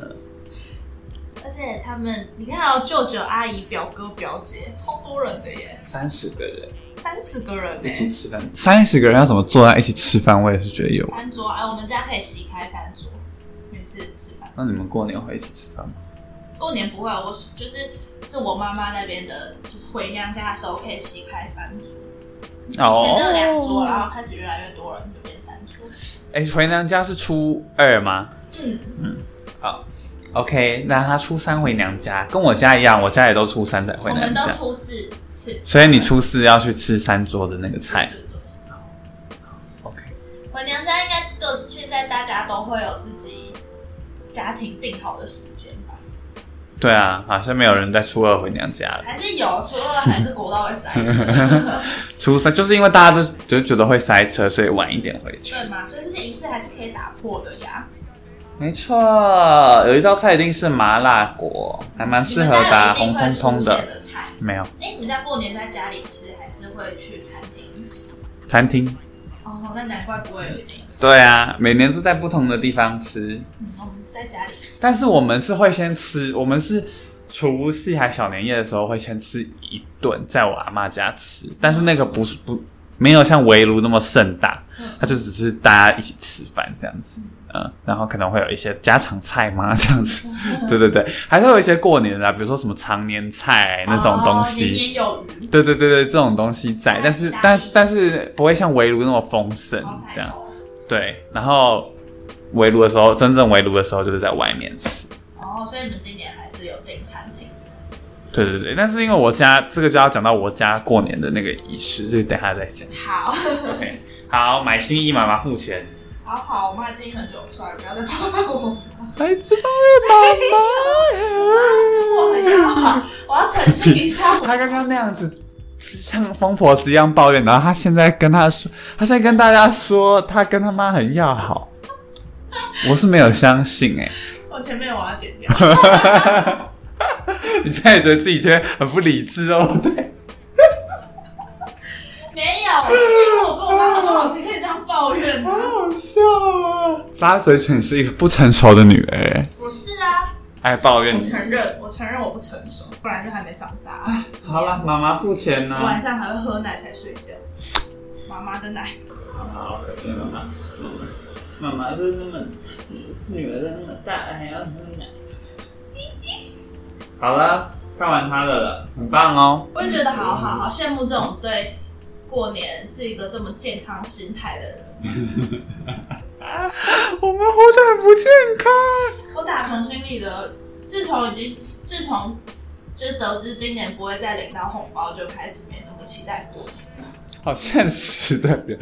Speaker 2: 而且他们，你看哦，舅舅、阿姨、表哥、表姐，超多人的耶，
Speaker 4: 三十个人。
Speaker 2: 三十个人
Speaker 4: 一起
Speaker 2: 哎，
Speaker 4: 吃饭，三十个人要怎么坐在一起吃饭？我也是觉得有。
Speaker 2: 三桌哎，我们家可以席开三桌，每次吃饭。
Speaker 4: 那你们过年会一起吃饭吗？
Speaker 2: 过年不会，啊我就是是我妈妈那边的，就是回娘家的时候可以席开三桌，
Speaker 4: 哦
Speaker 2: 以前只有两桌，然后开始越来越多人，就变三桌。
Speaker 4: 哎、回娘家是初二吗
Speaker 2: 嗯。
Speaker 4: ？OK，那他初三回娘家，跟我家一样，我家也都初三才
Speaker 2: 我
Speaker 4: 回娘
Speaker 2: 们
Speaker 4: 家
Speaker 2: 都，初四吃，
Speaker 4: 所以你初四要去吃三桌的那个菜。
Speaker 2: 对对对
Speaker 4: OK，
Speaker 2: 回娘家应该就现在大家都会有自己家庭定好的时间吧？
Speaker 4: 对啊，好像没有人在初二回娘家了，
Speaker 2: 还是有，除了还是国道会塞车，
Speaker 4: [LAUGHS] 初三就是因为大家都
Speaker 2: 嗯
Speaker 4: 就觉得会塞车，所以晚一点回去。
Speaker 2: 对嘛？所以这些仪式还是可以打破的呀。
Speaker 4: 没错，有一道菜一定是麻辣锅，还蛮适合打
Speaker 2: 你
Speaker 4: 红
Speaker 2: 们家有
Speaker 4: 彤
Speaker 2: 一定
Speaker 4: 彤
Speaker 2: 会出现
Speaker 4: 的。
Speaker 2: 的菜。
Speaker 4: 没有
Speaker 2: 哎、你们家过年在家里吃，还是会去餐厅吃？
Speaker 4: 餐厅。
Speaker 2: 哦，那难怪不会有一点吃。
Speaker 4: 对啊，每年都在不同的地方吃，
Speaker 2: 嗯，我们是在家里吃。
Speaker 4: 但是我们是会先吃，我们是除夕还小年夜的时候会先吃一顿，在我阿妈家吃，但是那个不是不没有像围炉那么盛大，它就只是大家一起吃饭这样子。嗯，然后可能会有一些家常菜嘛， [LAUGHS] 这样子，对对对，还是会有一些过年的、啊，比如说什么常年菜那种东
Speaker 2: 哦
Speaker 4: 西，
Speaker 2: 年年有余。
Speaker 4: 对对对对，这种东西在，但是但是但是不会像围炉那么丰盛
Speaker 2: 好哦
Speaker 4: 这
Speaker 2: 彩
Speaker 4: 样。
Speaker 2: 头。
Speaker 4: 对，然后围炉的时候，真正围炉的时候就是在外面吃。
Speaker 2: 哦，所以你们今年还是有订餐厅这样。
Speaker 4: 对对对，但是因为我家这个就要讲到我家过年的那个仪式，这个等一下再讲。
Speaker 2: 好，
Speaker 4: OK，好，买新衣妈妈付钱。
Speaker 2: 好好，我妈已经很久不刷了，不要再碰我。
Speaker 4: 来自妈
Speaker 2: 我很要好，我要澄清一下，
Speaker 4: 妈，她刚刚那样子。像疯婆子一样抱怨，然后她现在跟她说，她现在跟大家说，她跟她妈很要好，我是没有相信哎、
Speaker 2: 我前面我要剪掉。
Speaker 4: [LAUGHS] 你现在也觉得自己觉得很不理智哦，对，
Speaker 2: 没有，我就是因为我跟我妈很好，才可以这样抱怨的。
Speaker 4: 好笑啊！拉嘴唇是一个不成熟的女儿，
Speaker 2: 我是啊，
Speaker 4: 爱哎抱怨
Speaker 2: 我。承认，我承认我不成熟，不然就还没长大。怎么
Speaker 4: 好
Speaker 2: 样
Speaker 4: 了，妈妈付钱呢、
Speaker 2: 我晚上还会喝奶才睡觉，妈妈的奶。
Speaker 4: 好，给妈妈，妈妈都那么，女儿都那么大了，还要喝奶。好了，看完她的了，很棒哦。
Speaker 2: 我也觉得好好好羡慕这种对过年是一个这么健康心态的人。
Speaker 4: 我们活得很不健康。
Speaker 2: 我打从心里的，自从已经自从就是得知今年不会再领到红包，就开始没那么期待过年。
Speaker 4: 好现实的人。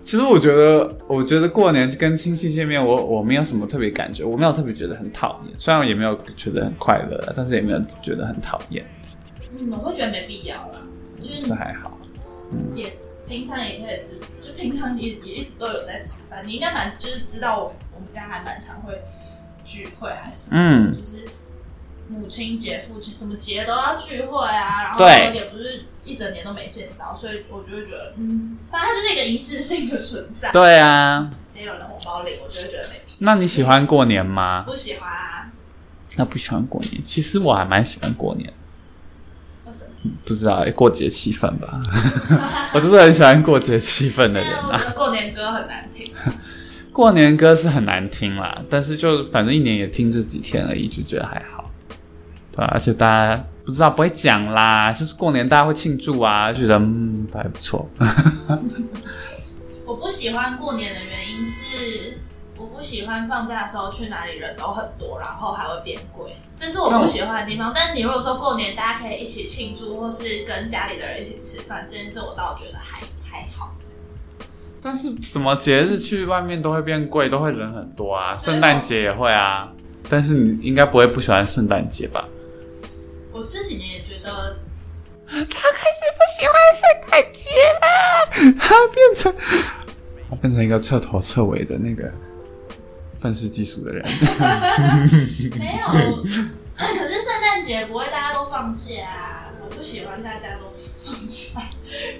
Speaker 4: 其实我觉得，我觉得过年跟亲戚见面，我我没有什么特别感觉，我没有特别觉得很讨厌，虽然也没有觉得很快乐啊啦，但是也没有觉得很讨厌，
Speaker 2: 嗯，我会觉得没必要啦，就是
Speaker 4: 是啊还好。
Speaker 2: 也平常也可以吃，就平常也也一直都有在吃饭。你应该蛮就是知道我我们家还蛮常会聚会还是什么
Speaker 4: 嗯
Speaker 2: 就是母亲节、父亲什么节都要聚会啊，然后
Speaker 4: 对
Speaker 2: 也不是一整年都没见到，所以我就会觉得，嗯，反正它就是一个仪式性的存在。
Speaker 4: 对啊，
Speaker 2: 也有人红包领，我就会觉得没必
Speaker 4: 那你喜欢过年吗
Speaker 2: 要，？不喜欢啊，
Speaker 4: 那不喜欢过年，其实我还蛮喜欢过年，
Speaker 2: 为什么？
Speaker 4: 不知道哎过节气氛吧， [LAUGHS] 我就是很喜欢过节气氛的人
Speaker 2: 但我
Speaker 4: 啊。
Speaker 2: 觉得过年歌很难听，
Speaker 4: 过年歌是很难听啦，但是就反正一年也听这几天而已，就觉得还好。对啊、而且大家不知道不会讲啦，就是过年大家会庆祝啊，就觉得嗯还不错。
Speaker 2: 我不喜欢过年的原因是，我不喜欢放假的时候去哪里人都很多，然后还会变贵，这是我不喜欢的地方。但你如果说过年大家可以一起庆祝，或是跟家里的人一起吃饭，这件事我倒觉得还还好。
Speaker 4: 但是什么节日去外面都会变贵，都会人很多啊，圣诞节也会啊。但是你应该不会不喜欢圣诞节吧？
Speaker 2: 我这几年也觉得，
Speaker 1: 他开始不喜欢圣诞节了。
Speaker 4: 它变成它变成一个彻头彻尾的那个愤世嫉俗的人。
Speaker 2: 没有，
Speaker 4: [LAUGHS]
Speaker 2: [COUGHS] 可是圣诞节不会大家都放假啊，我不喜欢大家都放假，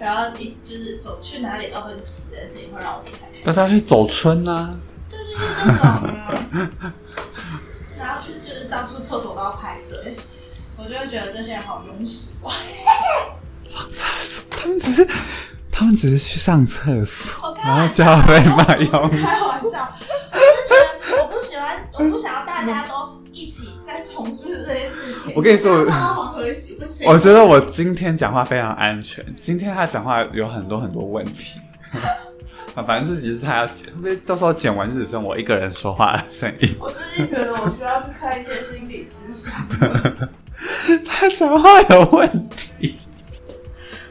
Speaker 2: 然后一就是说去哪里都很挤，这件事情会让我不太开心。
Speaker 4: 但是要去走村啊。
Speaker 2: 对对对，这种
Speaker 4: [LAUGHS]
Speaker 2: 啊，然后去就是到处厕所都要排队，我就会觉得这些人好庸俗啊！
Speaker 4: 他们只是，他们只是去上厕所
Speaker 2: 我，开
Speaker 4: 然后
Speaker 2: 玩
Speaker 4: 就
Speaker 2: 笑，
Speaker 4: 要被
Speaker 2: 我
Speaker 4: 骂
Speaker 2: 只是
Speaker 4: 用。
Speaker 2: 开玩
Speaker 4: [LAUGHS]
Speaker 2: 笑，我就是觉得我不喜欢，我不想要大家都一起在从事这件事情。
Speaker 4: 我跟你说我
Speaker 2: 大家都黄河洗不清。
Speaker 4: 我觉得我今天讲话非常安全，今天他讲话有很多很多问 [LAUGHS] 题。啊，反正这集是他要剪，因为到时候剪完就只剩我一个人说话的声音。
Speaker 2: 我最近觉得我需要去看一些心理咨询。
Speaker 4: 他讲话有问题，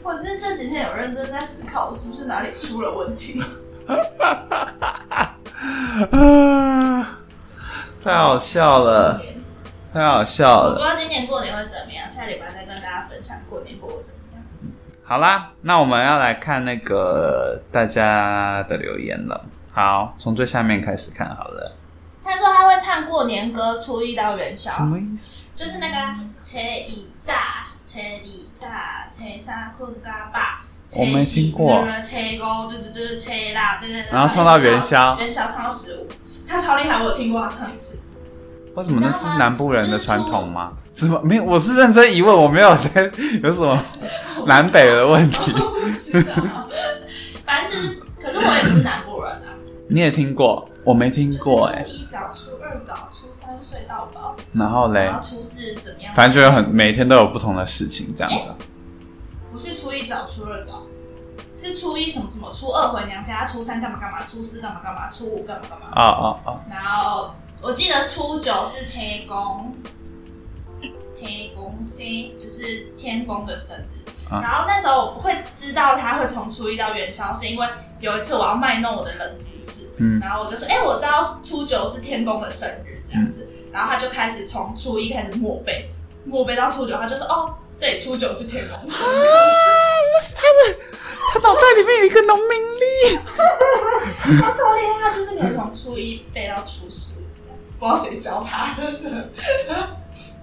Speaker 2: 我真的这几天有认真在思考，是不是哪里出了问题？
Speaker 4: 啊， [LAUGHS] 太好笑了，太好笑
Speaker 2: 我不知。
Speaker 4: 了
Speaker 2: 道今年过年会怎么样，下礼拜再跟大家分享过年过得怎么样。
Speaker 4: 好啦，那我们要来看那个大家的留言了。好，从最下面开始看好了。
Speaker 2: 他说他会唱过年歌，初一到元宵
Speaker 5: 什，么意思？
Speaker 2: 就是那个啊初一早，初二早，初三困嘎巴。初
Speaker 5: 我没
Speaker 2: 四
Speaker 5: 听过
Speaker 2: 对对对初五，对对对，初六，对对对，
Speaker 4: 然后唱到元宵
Speaker 2: 元宵唱到十五，他超厉害，我有听过他唱一次。
Speaker 5: 为什么
Speaker 4: 你
Speaker 5: 呢
Speaker 4: 们那？是南部人的传统吗？
Speaker 5: 什么？没有，我是认真疑问，我没有在有什么
Speaker 4: [LAUGHS] 南北的问题， [LAUGHS]
Speaker 2: 我不知道， [LAUGHS] 反正就是，可是我也不是南部人啊。
Speaker 5: 你也听过，我没听过哎、
Speaker 2: 就是初一早，初二早，初三睡到饱，
Speaker 5: 然后嘞
Speaker 2: 然，后初四怎么样？
Speaker 4: 反正就有很每天都有不同的事情这样子啊。
Speaker 2: 不是初一早，初二早，是初一什么什么，初二回娘家，初三干嘛干嘛，初四干嘛干嘛，初五干嘛干嘛。
Speaker 4: 哦哦哦，
Speaker 2: 然后我记得初九是天公，天公星就是天公的生日。
Speaker 4: 啊
Speaker 2: 然后那时候我会知道他会从初一到元宵，是因为有一次我要卖弄我的冷知识，
Speaker 4: 嗯
Speaker 2: 然后我就说，哎、我知道初九是天公的生日这样子，然后他就开始从初一开始默背，默背到初九，他就说，哦，对，初九是天公的生日。
Speaker 5: 他脑袋里面有一个农民力。
Speaker 2: 他超厉害，他就是可以从初一背到初十五这样，不知道谁教他的，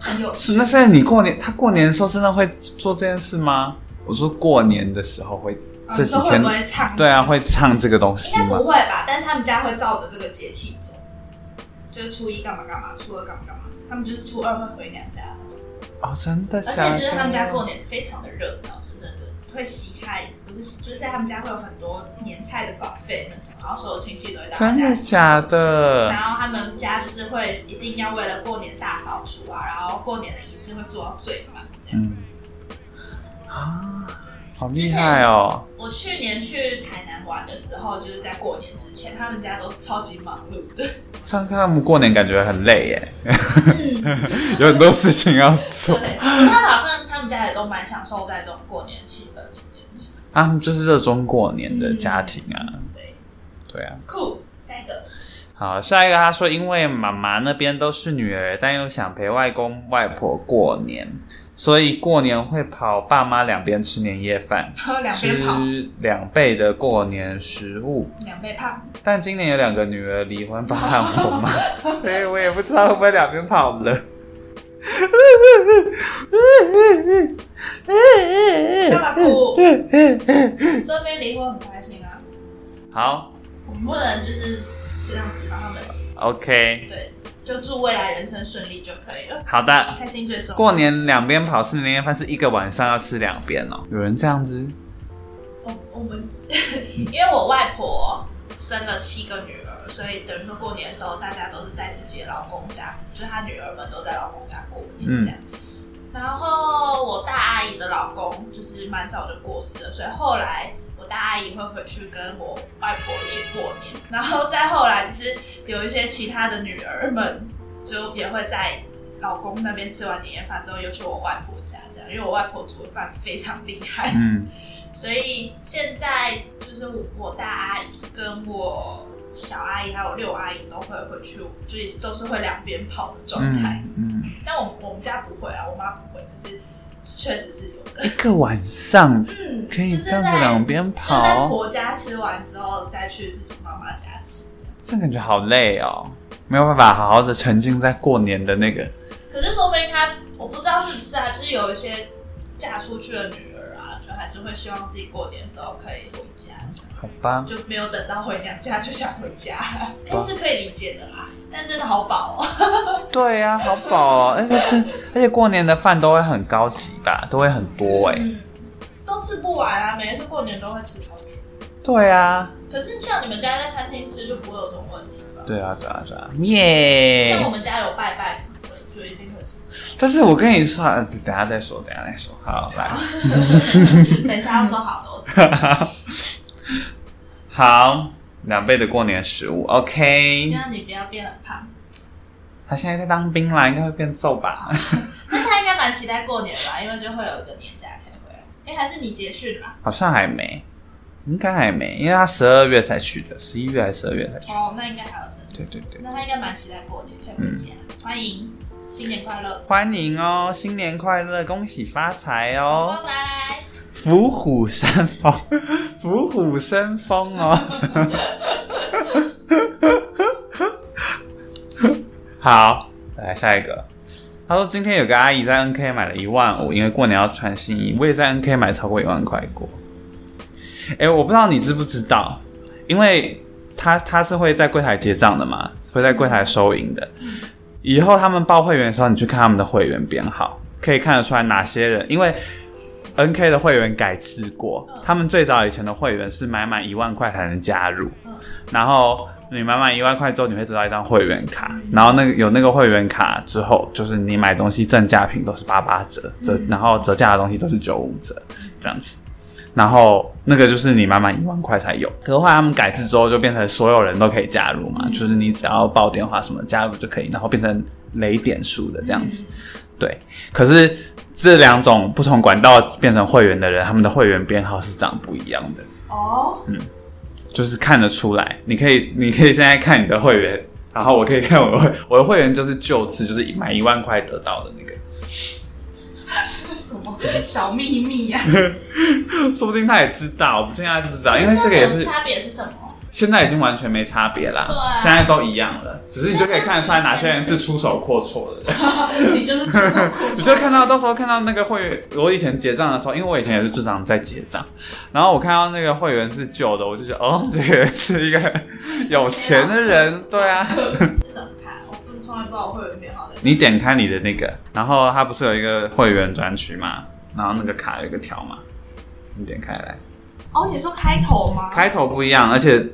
Speaker 2: 很有趣。
Speaker 4: 是那现在你过年，他过年的时候真的会做这件事吗？我说过年的时候会
Speaker 2: 啊
Speaker 4: 这
Speaker 2: 你
Speaker 4: 几
Speaker 2: 说会
Speaker 4: 天
Speaker 2: 不，会唱？
Speaker 4: 对啊，会唱这个东
Speaker 2: 应
Speaker 4: 西
Speaker 2: 该
Speaker 4: 吗
Speaker 2: 不？会吧？但他们家会照着这个节气走，就是初一干嘛干嘛，初二干嘛干嘛，他们就是初二会回娘家那种。
Speaker 4: 哦，真的
Speaker 2: 而
Speaker 4: 假的？
Speaker 2: 且就是他们家过年非常的热闹，就真的会席开，不是就是在他们家会有很多年菜的 buffet 那种，然后所有亲戚都会到他
Speaker 4: 真
Speaker 2: 家
Speaker 4: 的
Speaker 2: 去。
Speaker 4: 假的？
Speaker 2: 然后他们家就是会一定要为了过年大扫除啊，然后过年的仪式会做到最满这样。
Speaker 4: 嗯，啊，好厉害哦！
Speaker 2: 我去年去台南玩的时候，就是在过年之前，他们家都超级忙碌的。
Speaker 4: 上次他们过年感觉很累耶，
Speaker 2: 嗯，
Speaker 4: [LAUGHS] 有很多事情要做。
Speaker 2: 对，他们好像他们家也都蛮享受在这种过年的气氛里面的。
Speaker 4: [LAUGHS] 啊，他们就是热衷过年的家庭啊。
Speaker 2: 对，
Speaker 4: 对啊，
Speaker 2: 酷，下一个
Speaker 4: 好，下一个他啊说，因为妈妈那边都是女儿，但又想陪外公外婆过年，所以过年会跑爸妈两边吃年夜饭，
Speaker 2: 两边跑，
Speaker 4: 吃两倍的过年食物。
Speaker 2: 两倍胖，
Speaker 4: 但今年有两个女儿离婚，包含我妈，所以我也不知道会不会两边跑了。
Speaker 2: 干嘛哭？说明离婚很开心啊。
Speaker 4: 好
Speaker 2: 我们不能就是这样子帮他们，
Speaker 4: ，OK，
Speaker 2: 对，就祝未来人生顺利就可以了，
Speaker 4: 好的。
Speaker 2: 开心最重要。
Speaker 4: 过年两边跑吃年夜饭是一个晚上要吃两边哦，有人这样子？
Speaker 2: 我我们 [LAUGHS] 因为我外婆生了七个女儿，所以等于说过年的时候，大家都是在自己的老公家，就是她女儿们都在老公家过年这样。然后我大阿姨的老公就是蛮早就过世了，所以后来我大阿姨会回去跟我外婆一起过年。然后再后来就是有一些其他的女儿们就也会在。老公那边吃完年夜饭之后，又去我外婆家，这样，因为我外婆煮的饭非常厉害，
Speaker 4: 嗯，
Speaker 2: 所以现在就是我大阿姨跟我小阿姨还有六阿姨都会回去，就是都是会两边跑的状态。
Speaker 4: 嗯嗯，
Speaker 2: 但我我们家不会啊，我妈不会，就是确实是有的。
Speaker 4: 一个晚上
Speaker 2: 嗯，
Speaker 4: 可以
Speaker 2: 就是
Speaker 4: 这样子
Speaker 2: 在
Speaker 4: 两边
Speaker 2: 就在
Speaker 4: 跑，
Speaker 2: 婆家吃完之后，再去自己妈妈家吃。这样
Speaker 4: 这样感觉好累哦，没有办法好好的沉浸在过年的那个。
Speaker 2: 可是说不定她，我不知道是不是啊，就是有一些嫁出去的女儿啊，就还是会希望自己过年的时候可以回家。
Speaker 4: 好吧，
Speaker 2: 就没有等到回娘家就想回
Speaker 4: [LAUGHS]
Speaker 2: 家，但是可以理解的啦。但真的好饱哦，
Speaker 4: 对呀、好饱、哦，而且是而且过年的饭都会很高级吧，都会很多哎、
Speaker 2: 嗯，都吃不完啊，每一次过年都会吃超久。
Speaker 4: 对啊，
Speaker 2: 可是像你们家在餐厅吃就不会有这种问题吧？
Speaker 4: 对啊，对啊，对啊，耶、
Speaker 2: 像我们家有拜拜什么的，就一定会吃。 [LAUGHS]
Speaker 4: 但是我跟你说，啊等等下再说，等下再说。好，来， [LAUGHS]
Speaker 2: 等一下要说好多次，
Speaker 4: 好，两倍的过年食物
Speaker 2: 希
Speaker 4: ，OK。
Speaker 2: 望你不要变很胖。
Speaker 4: 他现在在当兵啦，应该会变瘦吧？
Speaker 2: 那他应该蛮期待过年吧，因为就会有一个年假可以回来。哎、还是你结训吧？
Speaker 4: 好像还没，应该还没，因为他十二月才去的，十一月还是十二月才去。
Speaker 2: 哦，那应该还有阵子。
Speaker 4: 对对对，嗯
Speaker 2: 那他应该蛮期待过年可以回家，欢迎，新年快乐，
Speaker 4: 欢迎哦，新年快乐，恭喜发财哦！
Speaker 2: 拜拜。
Speaker 4: 伏虎山 [LAUGHS] 风，伏虎啊生风哦。 [LAUGHS] 好，来下一个。他说今天有个阿姨在 NK 买了一万五，因为过年要穿新衣。我也在 NK 买超过一万块过。哎、我不知道你知不知道，因为他他是会在柜台结账的嘛，会在柜台收银的。以后他们报会员的时候，你去看他们的会员编号，可以看得出来哪些人，因为 NK 的会员改制过，他们最早以前的会员是买满一万块才能加入，然后你买满一万块之后，你会得到一张会员卡，然后那个有那个会员卡之后，就是你买东西正价品都是八八折，折然后折价的东西都是九五折这样子。然后那个就是你满满一万块才有，可是后来他们改制之后就变成所有人都可以加入嘛，就是你只要报电话什么加入就可以，然后变成累点数的这样子。对，可是这两种不同管道变成会员的人，他们的会员编号是长不一样的。
Speaker 2: 哦，
Speaker 4: 就是看得出来。你可以，你可以现在看你的会员，然后我可以看我的会， [LAUGHS] 我的会员就是旧制，就是买一万块得到的那个，
Speaker 2: 这是什么小秘密啊呀、
Speaker 4: 说不定他也知道，我不确定他知不知道，
Speaker 2: 啊？
Speaker 4: 因为这个也
Speaker 2: 那
Speaker 4: 是
Speaker 2: 差别是什么？ [LAUGHS]
Speaker 4: 现在已经完全没差别啦，
Speaker 2: 对啊
Speaker 4: 现在都一样了，只是你就可以看得出来哪些人是出手阔绰的人。
Speaker 2: 你就是出手阔
Speaker 4: 我
Speaker 2: 绰，
Speaker 4: 就看到到时候看到那个会员，我以前结账的时候，因为我以前也是经常在结账，然后我看到那个会员是旧的，我就觉得哦，这个人是一个有钱的人， [LAUGHS] 对啊。
Speaker 2: 这怎么看？我根本从来不知道我会有编号的。
Speaker 4: [LAUGHS] 你点开你的那个，然后它不是有一个会员专区吗？然后那个卡有一个条码，你点开来，
Speaker 2: 哦，你说开头吗？
Speaker 4: 开头不一样，而且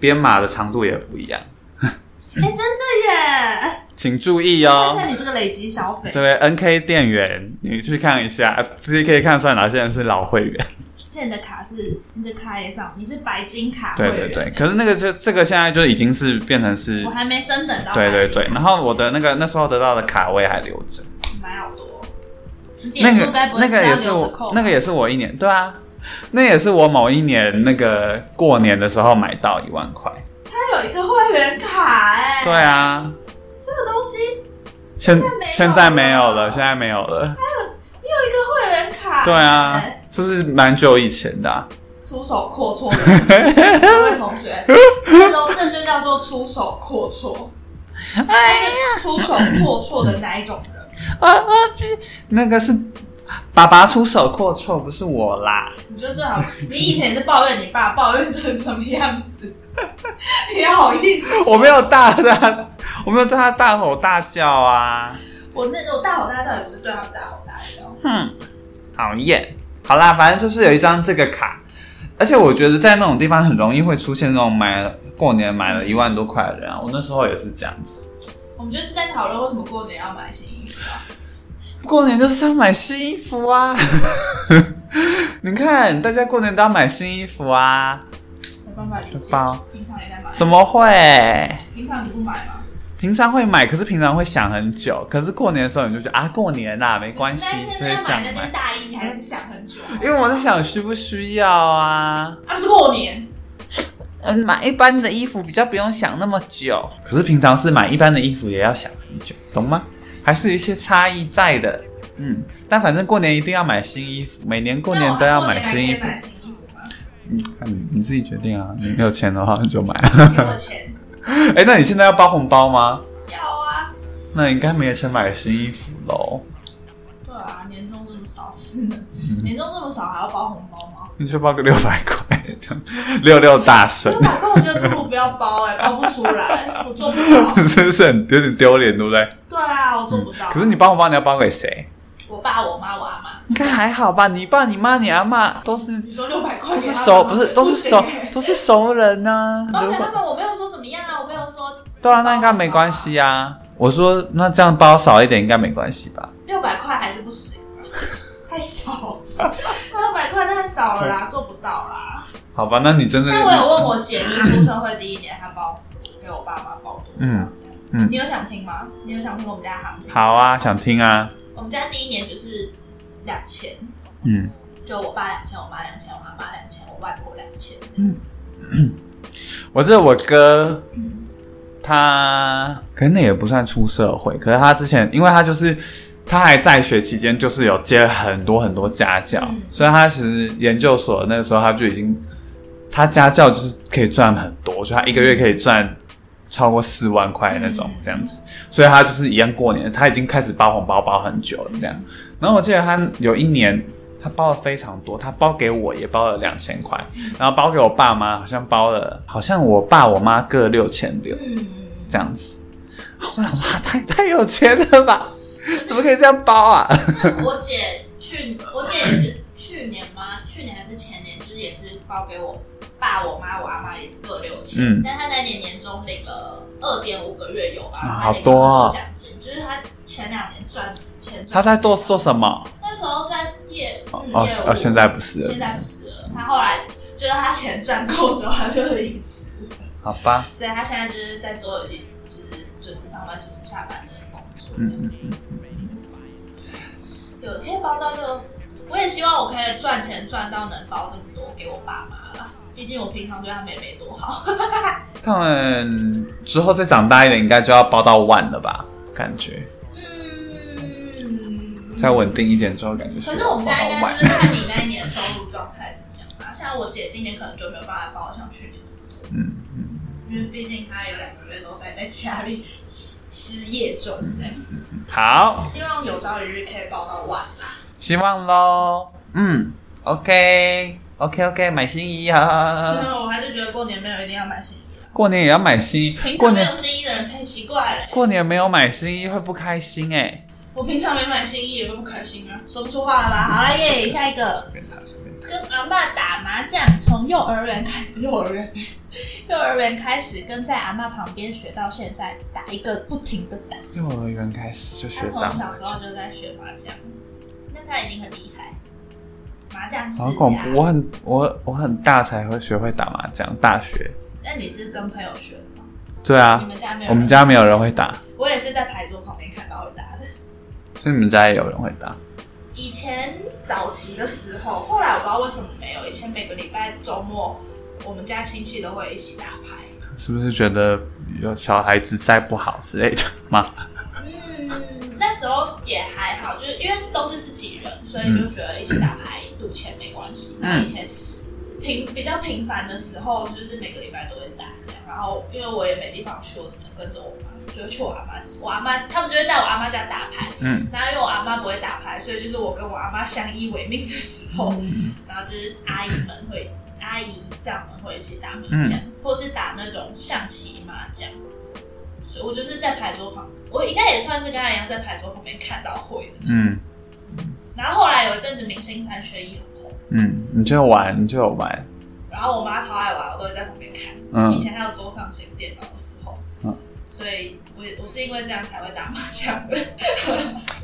Speaker 4: 编码的长度也不一样，
Speaker 2: 哎、真的耶！
Speaker 4: 请注意
Speaker 2: [LAUGHS] 看
Speaker 4: 哦。
Speaker 2: 看你这个累积消费，
Speaker 4: 这位 NK 店员，你去看一下，直接可以看出来哪些人是老会员。
Speaker 2: 现在你的卡是你的卡也涨，你是白金卡会
Speaker 4: 对
Speaker 2: 员
Speaker 4: 对对，可是那个就这个现在就已经是变成是
Speaker 2: 我，还没升等到白
Speaker 4: 对
Speaker 2: 金
Speaker 4: 对对。然后我的那个那时候得到的卡我也还留着。
Speaker 2: 买好多。你
Speaker 4: 那
Speaker 2: 点数该
Speaker 4: 个
Speaker 2: 不会
Speaker 4: 那个也是
Speaker 2: 要留着
Speaker 4: 我
Speaker 2: 扣
Speaker 4: 那个也是我一年对啊，那也是我某一年那个过年的时候买到一万块，
Speaker 2: 它有一个会员卡哎、
Speaker 4: 对啊，
Speaker 2: 这个东西你
Speaker 4: 现现
Speaker 2: 现
Speaker 4: 在
Speaker 2: 在
Speaker 4: 没
Speaker 2: 没
Speaker 4: 有
Speaker 2: 有
Speaker 4: 了，
Speaker 2: 了
Speaker 4: 现在没有了，
Speaker 2: 有一个会员卡、
Speaker 4: 对啊
Speaker 2: 哎，
Speaker 4: 这是蛮久以前的、啊，
Speaker 2: 出手阔绰的人出现，各位同
Speaker 4: [LAUGHS]
Speaker 2: 学，这东这就叫做出手阔绰，他
Speaker 1: 哎
Speaker 2: 是出手阔绰的哪一种人？
Speaker 4: 那个是爸爸出手阔绰，不是我啦，
Speaker 2: 你觉得最好？你以前也是抱怨你爸，抱怨成什么样子？ [LAUGHS] 你好意思？
Speaker 4: 我没有大大，我没有对他大吼大叫啊，
Speaker 2: 我那种大吼大叫也不是对他们大吼大叫，
Speaker 4: 哼，讨厌，嗯好啦，反正就是有一张这个卡。而且我觉得在那种地方很容易会出现那种买了过年买了一万多块的人啊，我那时候也是这样子。
Speaker 2: 我们就是在讨论为什么过年要买新衣服。啊
Speaker 4: 过年就是要买新衣服啊！ [LAUGHS] 你看，大家过年都要买新衣服啊，
Speaker 2: 没办法理解
Speaker 4: 包，
Speaker 2: 平常也在买，啊
Speaker 4: 怎么会？
Speaker 2: 平常你不买吗？
Speaker 4: 平常会买，可是平常会想很久，可是过年的时候你就觉得啊，过年啦、没关系，
Speaker 2: 你
Speaker 4: 所以
Speaker 2: 那天
Speaker 4: 这样
Speaker 2: 买那件
Speaker 4: 买。
Speaker 2: 大衣，你还是想很久。
Speaker 4: 因为我在想需不需要啊，
Speaker 2: 啊，不是过年，
Speaker 4: 嗯，买一般的衣服比较不用想那么久，可是平常是买一般的衣服也要想很久，懂吗？还是有一些差异在的，嗯，但反正过年一定要买新衣服，每年过年都要买新衣服
Speaker 2: 那我过年还可以。买新衣服吗？
Speaker 4: 看嗯你你自己决定啊，你有钱的话你 [LAUGHS] 就买。
Speaker 2: 给我钱。
Speaker 4: 哎、那你现在要包红包吗？
Speaker 2: 要啊。
Speaker 4: 那你应该没有钱买新衣服喽。
Speaker 2: 对啊，年终这么少，是的，
Speaker 4: 嗯
Speaker 2: 年终这么少还要包红包吗？ [LAUGHS]
Speaker 4: 你就包个六百块，这样 [LAUGHS] 六六大顺 [LAUGHS]
Speaker 2: 六，百块我觉得不如不要包哎、包不出来，我做不到。
Speaker 4: 是不是很有点丢脸，对不对？
Speaker 2: 对啊，我做不到。
Speaker 4: 可是你包红包，你要包给谁？
Speaker 2: 我爸、我妈、我阿妈，
Speaker 4: 应该还好吧？你爸、你妈、你阿妈都是
Speaker 2: 你说六百块
Speaker 4: 都
Speaker 2: 给
Speaker 4: 是
Speaker 2: 他们
Speaker 4: 熟，
Speaker 2: 吗
Speaker 4: 不是都是熟
Speaker 2: 不行欸
Speaker 4: 都是熟
Speaker 2: [LAUGHS]
Speaker 4: 人呐、
Speaker 2: 包
Speaker 4: 如
Speaker 2: 给
Speaker 4: 果
Speaker 2: 他们，我没有说怎么样啊，我没有说。
Speaker 4: 对啊，那应该没关。系啊。我说那这样包少一点应该没关系吧？
Speaker 2: 六百块还是不行啊，太少，六百块太少了啦，做不到啦。
Speaker 4: 好吧，那你真的
Speaker 2: 但我有问我姐，就是出社会第一年，她包给我爸妈包多少
Speaker 4: 嗯？
Speaker 2: 这样
Speaker 4: 嗯
Speaker 2: 你有想听吗？你有想听我们家的行情？
Speaker 4: 好啊，想听啊，
Speaker 2: 我们家第一年就是两千，
Speaker 4: 嗯。
Speaker 2: 就我爸两千，我妈两千，我阿妈两千，我外婆两千，
Speaker 4: 我记得我哥，他可能也不算出社会，可是他之前，因为他就是他还在学期间，就是有接很多很多家教，
Speaker 2: 嗯
Speaker 4: 所以他其实研究所那个时候他就已经，他家教就是可以赚很多，就他一个月可以赚超过四万块那种
Speaker 2: 嗯
Speaker 4: 这样子，所以他就是一样过年，他已经开始包红包包很久了这样。然后我记得他有一年他包了非常多，他包给我也包了两千块，
Speaker 2: 嗯
Speaker 4: 然后包给我爸妈好像包了，好像我爸我妈各六千六
Speaker 2: 嗯，
Speaker 4: 这样子。然后我想说他太太有钱了 [LAUGHS] 吧，怎么可以这样包啊？
Speaker 2: 我姐去，我姐也是去年吗？去年还是前年，就是也是包给我爸、我妈、我阿妈也是各六千，
Speaker 4: 嗯
Speaker 2: 但她那年年终领了二点五个月有吧，
Speaker 4: 啊
Speaker 2: 她领了
Speaker 4: 好多哦
Speaker 2: 很奖金，就是她前两年赚钱赚。
Speaker 4: 他在做做什么？
Speaker 2: 那时候在业
Speaker 4: 哦
Speaker 2: 日
Speaker 4: 哦
Speaker 2: 业务
Speaker 4: 哦现在不是了
Speaker 2: 现在不是了。他后来就是他钱赚够之后，他就离职，
Speaker 4: 好吧，
Speaker 2: 所以他现在就是在做就是准时上班、准时下班的工作这
Speaker 4: 嗯
Speaker 2: 样
Speaker 4: 嗯
Speaker 2: 子。
Speaker 4: 嗯，
Speaker 2: 有可以包到六，我也希望我可以赚钱赚到能包这么多给我爸妈啦。毕竟我平常对他们也没多好。
Speaker 4: 他们之后再长大一点，应该就要包到万了吧？感觉
Speaker 2: 嗯，
Speaker 4: 再稳定一点之后，感觉
Speaker 2: 可是
Speaker 4: 需要
Speaker 2: 我们家
Speaker 4: 包
Speaker 2: 应
Speaker 4: 到
Speaker 2: 该
Speaker 4: 万
Speaker 2: 就是看你那一年的收入状态怎么样吧。像我姐今年可能就没有办法包，像去年。
Speaker 4: 嗯嗯，
Speaker 2: 因为毕竟他有两个月都待在家里失失业中，这样
Speaker 4: 嗯好，
Speaker 2: 希望有朝一日可以报到晚啦。
Speaker 4: 希望喽。嗯，OK OK OK，买新衣啊！
Speaker 2: 嗯，我还是觉得过年没有一定要买新衣啦，
Speaker 4: 过年也要买新衣，
Speaker 2: 平
Speaker 4: 过
Speaker 2: 常没
Speaker 4: 年
Speaker 2: 有新衣的人才奇怪嘞。
Speaker 4: 过年没有买新衣会不开心哎、
Speaker 2: 我平常没买新衣也会不开心啊，说不出话了吧？好了耶，下一个
Speaker 4: 随便他，随便他。
Speaker 2: 跟阿妈打麻将，从幼儿园开幼儿园幼儿园开始跟在阿妈旁边学到现在，打一个不停的打。
Speaker 4: 幼儿园开始就
Speaker 2: 他
Speaker 4: 学
Speaker 2: 从
Speaker 4: 打
Speaker 2: 小
Speaker 4: 麻
Speaker 2: 时候
Speaker 4: 将，
Speaker 2: 就在学麻将，那他一定很厉害。麻将世
Speaker 4: 好恐
Speaker 2: 家
Speaker 4: 怖！，我很我我很大才会学会打麻将，大学。
Speaker 2: 那你是跟朋友学的吗？
Speaker 4: 对
Speaker 2: 你
Speaker 4: 啊，
Speaker 2: 们家没有？
Speaker 4: 我们，家没有人会打，
Speaker 2: 我也是在牌桌旁边看到会打的。
Speaker 4: 所以你们家也有人会打。
Speaker 2: 以前早期的时候，后来我不知道为什么没有。以前每个礼拜周末，我们家亲戚都会一起打牌。
Speaker 4: 是不是觉得有小孩子在不好之类的吗？ [LAUGHS]
Speaker 2: 嗯，那时候也还好，就是因为都是自己人，所以就觉得一起打牌赌钱没关系。那以前频比较频繁的时候，就是每个礼拜都会打这样。然后因为我也没地方去，我只能跟着我妈，就去我阿妈。我阿妈他们就会在我阿妈家打牌。
Speaker 4: 嗯，
Speaker 2: 然后因为我阿妈不会打牌，所以就是我跟我阿妈相依为命的时候，
Speaker 4: 嗯
Speaker 2: 然后就是阿姨们会、阿姨丈们会一起打麻将，
Speaker 4: 嗯
Speaker 2: 或是打那种象棋麻将。所以我就是在牌桌旁，我应该也算是跟他一样在牌桌旁边看到会的。
Speaker 4: 嗯
Speaker 2: 然后后来有一阵子明星三缺一很红，
Speaker 4: 嗯，你就玩，你就有玩，
Speaker 2: 然后我妈超爱玩，我都会在旁边看。以
Speaker 4: 嗯，
Speaker 2: 前还有桌上型电脑的时候，
Speaker 4: 嗯
Speaker 2: 所以我也我是因为这样才会打麻将的。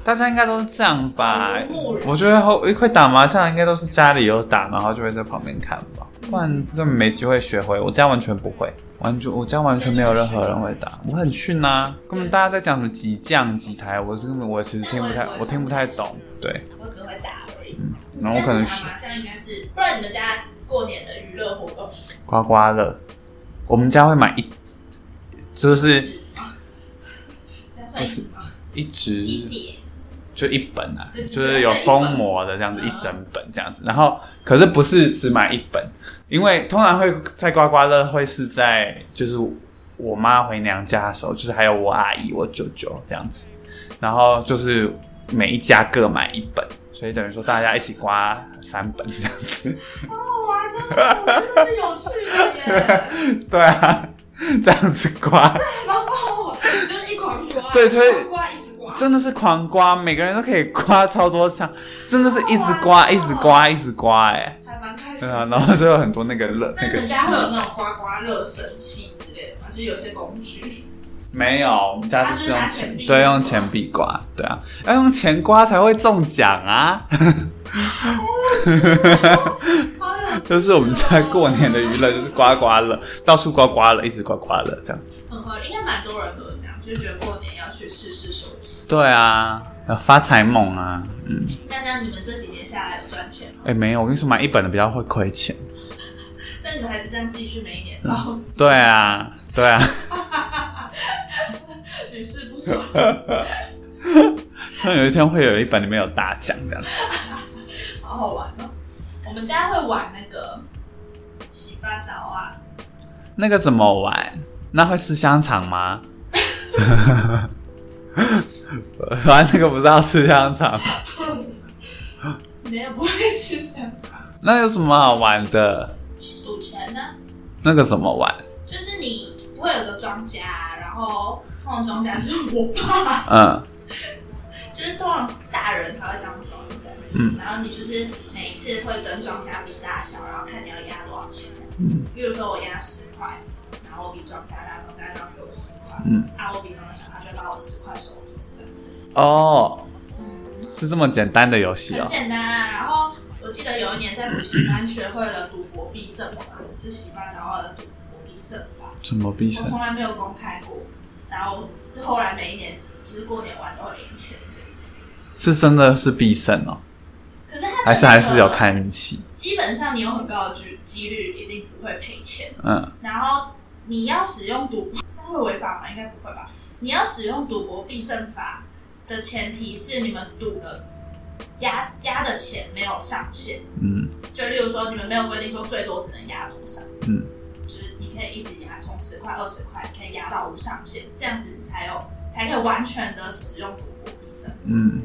Speaker 4: 大家应该都是这样吧
Speaker 2: 耳濡目？染
Speaker 4: 我觉得会会打麻将，应该都是家里有打，然后就会在旁边看吧，不然根本没机会学会。我家完全不会，完全我家完全没有任何人会打，我很逊啊，根本大家在讲什么几将几台，我是根本我其实听不太，我听不太懂，对，
Speaker 2: 我只会打而已。
Speaker 4: 然后我可能
Speaker 2: 但是
Speaker 4: 是
Speaker 2: 打麻将应该是，不然你们家过年的娱乐活动是什么
Speaker 4: 刮刮乐，我们家会买一，就是
Speaker 2: 纸吗？ [LAUGHS] 这样算纸吗？
Speaker 4: 一直
Speaker 2: 一叠，
Speaker 4: 就一本嗯啊，
Speaker 2: 对
Speaker 4: 就是有封膜的这样子
Speaker 2: 对
Speaker 4: 一
Speaker 2: 一本
Speaker 4: 整本这样子，然后可是不是只买一本，因为通常会在刮刮乐会是在就是我妈回娘家的时候，就是还有我阿姨、我舅舅这样子，然后就是每一家各买一本，所以等于说大家一起刮三 [LAUGHS] 本这样子，
Speaker 2: 好玩的，哦我觉得是有趣的耶，
Speaker 4: 对啊，这样子刮，
Speaker 2: 然后哦就是一狂刮，
Speaker 4: 对就是
Speaker 2: 一狂刮一直刮，
Speaker 4: 真的是狂刮，每个人都可以刮超多枪，真的是一直刮、一直刮、一直刮、哎。
Speaker 2: 还蛮开 [LAUGHS] 心
Speaker 4: 对
Speaker 2: 的。
Speaker 4: 啊，然后就有很多那个乐
Speaker 2: 那
Speaker 4: 那
Speaker 2: 你
Speaker 4: 个
Speaker 2: 们
Speaker 4: 气
Speaker 2: 家会有那种刮刮乐神器之类的吗？就是有些工具，
Speaker 4: 没有，我们家
Speaker 2: 啊
Speaker 4: 就用
Speaker 2: 就是拿钱币
Speaker 4: 对，用钱币刮，对啊，要用钱刮才会中奖啊， [LAUGHS]
Speaker 2: 好有趣
Speaker 4: 就是我们家过年的娱乐就是刮刮乐，到处刮刮乐，一直刮刮乐这样子。
Speaker 2: 很合理，应该蛮多人都是这样，就是觉得过年要去试试手气。
Speaker 4: 对啊，呃发财梦啊，嗯，
Speaker 2: 那这样你们这几年下来有赚钱吗？
Speaker 4: 哎、没有，我跟你说，买一本的比较会亏钱。
Speaker 2: 那你们还是这样继续每一年，然后
Speaker 4: 对啊，对啊， [LAUGHS]
Speaker 2: 屡试不爽。
Speaker 4: 希望有一天会有一本里面有大奖这样子。
Speaker 2: 好好玩哦！我们家会玩那个洗发刀啊，
Speaker 4: 那个怎么玩？
Speaker 5: 那会吃香肠吗？
Speaker 4: 反正那个不是要吃香肠吗，
Speaker 2: 没有不会吃香肠，
Speaker 4: 那有什么好玩的？
Speaker 2: 去赌钱呢、 [LAUGHS]
Speaker 4: 那个怎么玩？
Speaker 2: 就是你会有个庄家，然后通常庄家就是我爸，
Speaker 4: 嗯
Speaker 2: 就是通常大人才会当庄家，
Speaker 4: 嗯，
Speaker 2: 然后你就是每次会跟庄家比大小，然后看你要压多少钱，
Speaker 4: 嗯，
Speaker 2: 比如说我压十块，然后我比庄家大，庄家要给我十块，
Speaker 4: 嗯，
Speaker 2: 啊，我比庄家小，他就把我十块收走，这样子，
Speaker 4: 哦，
Speaker 2: 嗯，
Speaker 4: 是这么简单的游戏
Speaker 2: 很
Speaker 4: 哦。
Speaker 2: 简单啊。然后我记得有一年在补习班学会了赌博必胜法，是喜巴达尔的赌博必胜法，
Speaker 5: 怎么必
Speaker 2: 我
Speaker 5: 胜？
Speaker 2: 从来没有公开过，然后后来每一年就是过年玩都会赢钱这样。
Speaker 4: 是真的是必胜哦，
Speaker 2: 可是他
Speaker 4: 还是还是有，看运气？
Speaker 2: 基本上你有很高的几几率一定不会赔钱。
Speaker 4: 嗯，
Speaker 2: 然后你要使用赌博，这样会违法吗？应该不会吧。你要使用赌博必胜法的前提是你们赌的压压的钱没有上限，
Speaker 4: 嗯，
Speaker 2: 就例如说你们没有规定说最多只能压多少，
Speaker 4: 嗯，
Speaker 2: 就是你可以一直压，从十块二十块，你可以压到无上限，这样子你才有才可以完全的使用赌博必胜。
Speaker 4: 嗯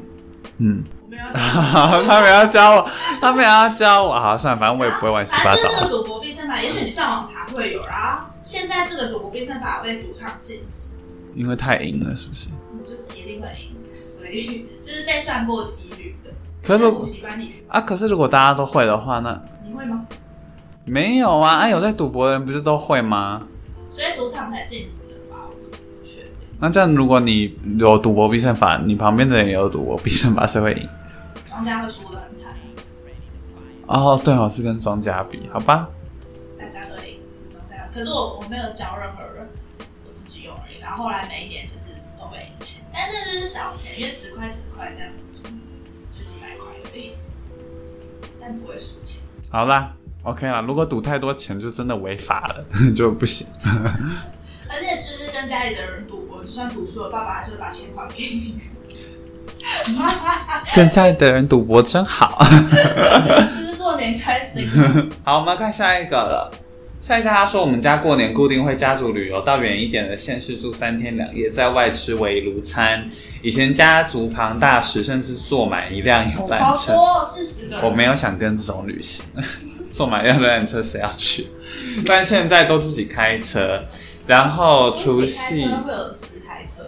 Speaker 4: 嗯， [LAUGHS]
Speaker 2: 我没有
Speaker 4: 他们要教我，他们要教我，好，算了，反正我也不会玩十八
Speaker 2: 反正就是这
Speaker 4: 刀。
Speaker 2: 个赌博必胜法，也许你上网查会有。然后现在这个赌博必胜法被赌场禁止，
Speaker 4: 因为太赢了，是不是？
Speaker 2: 你就是一定会赢， [LAUGHS] 所以这是被算过几率的。
Speaker 4: 可是
Speaker 2: 在补习班里学，
Speaker 4: 啊，可是如果大家都会的话，那
Speaker 2: 你会吗？
Speaker 4: 没有啊，啊，有在赌博的人不是都会吗？
Speaker 2: 所以赌场才禁止的吧？我不是不确定。
Speaker 4: 那这样，如果你有赌博必胜法，你旁边的人也有赌博必胜法，谁会赢？
Speaker 2: 庄家会输的很惨，
Speaker 4: 哦，对哦，是跟庄家比，好吧？
Speaker 2: 大家都赢，是庄家。可是我我没有教任何人，我自己用而已。然后后来每一年就是都会赢钱，但这就是小钱，因为十块十块这样子赢，就几百块而已，但不会输钱。
Speaker 4: 好啦，OK 啦，如果赌太多钱就真的违法了， [LAUGHS] 就不行。
Speaker 2: 而且就是跟家里的人赌博，就算赌输了，爸爸还是会把钱还给 [LAUGHS] 你。
Speaker 4: 跟家里的人赌博真好。 [LAUGHS]
Speaker 2: 就是过年开始，
Speaker 4: 好，我们要看下一个了。下一个他说，我们家过年固定会家族旅游到远一点的县市住三天两夜，在外吃围炉餐。以前家族庞大时，甚至坐满一辆游览
Speaker 2: 好
Speaker 4: 车。
Speaker 2: 多四十个
Speaker 4: [LAUGHS] 我
Speaker 2: 人，
Speaker 4: 没有想跟这种旅行， [LAUGHS] 坐满一辆游览车谁要去？但现在都自己开车，然后除
Speaker 2: 一起
Speaker 4: 夕
Speaker 2: 开车会有十台车，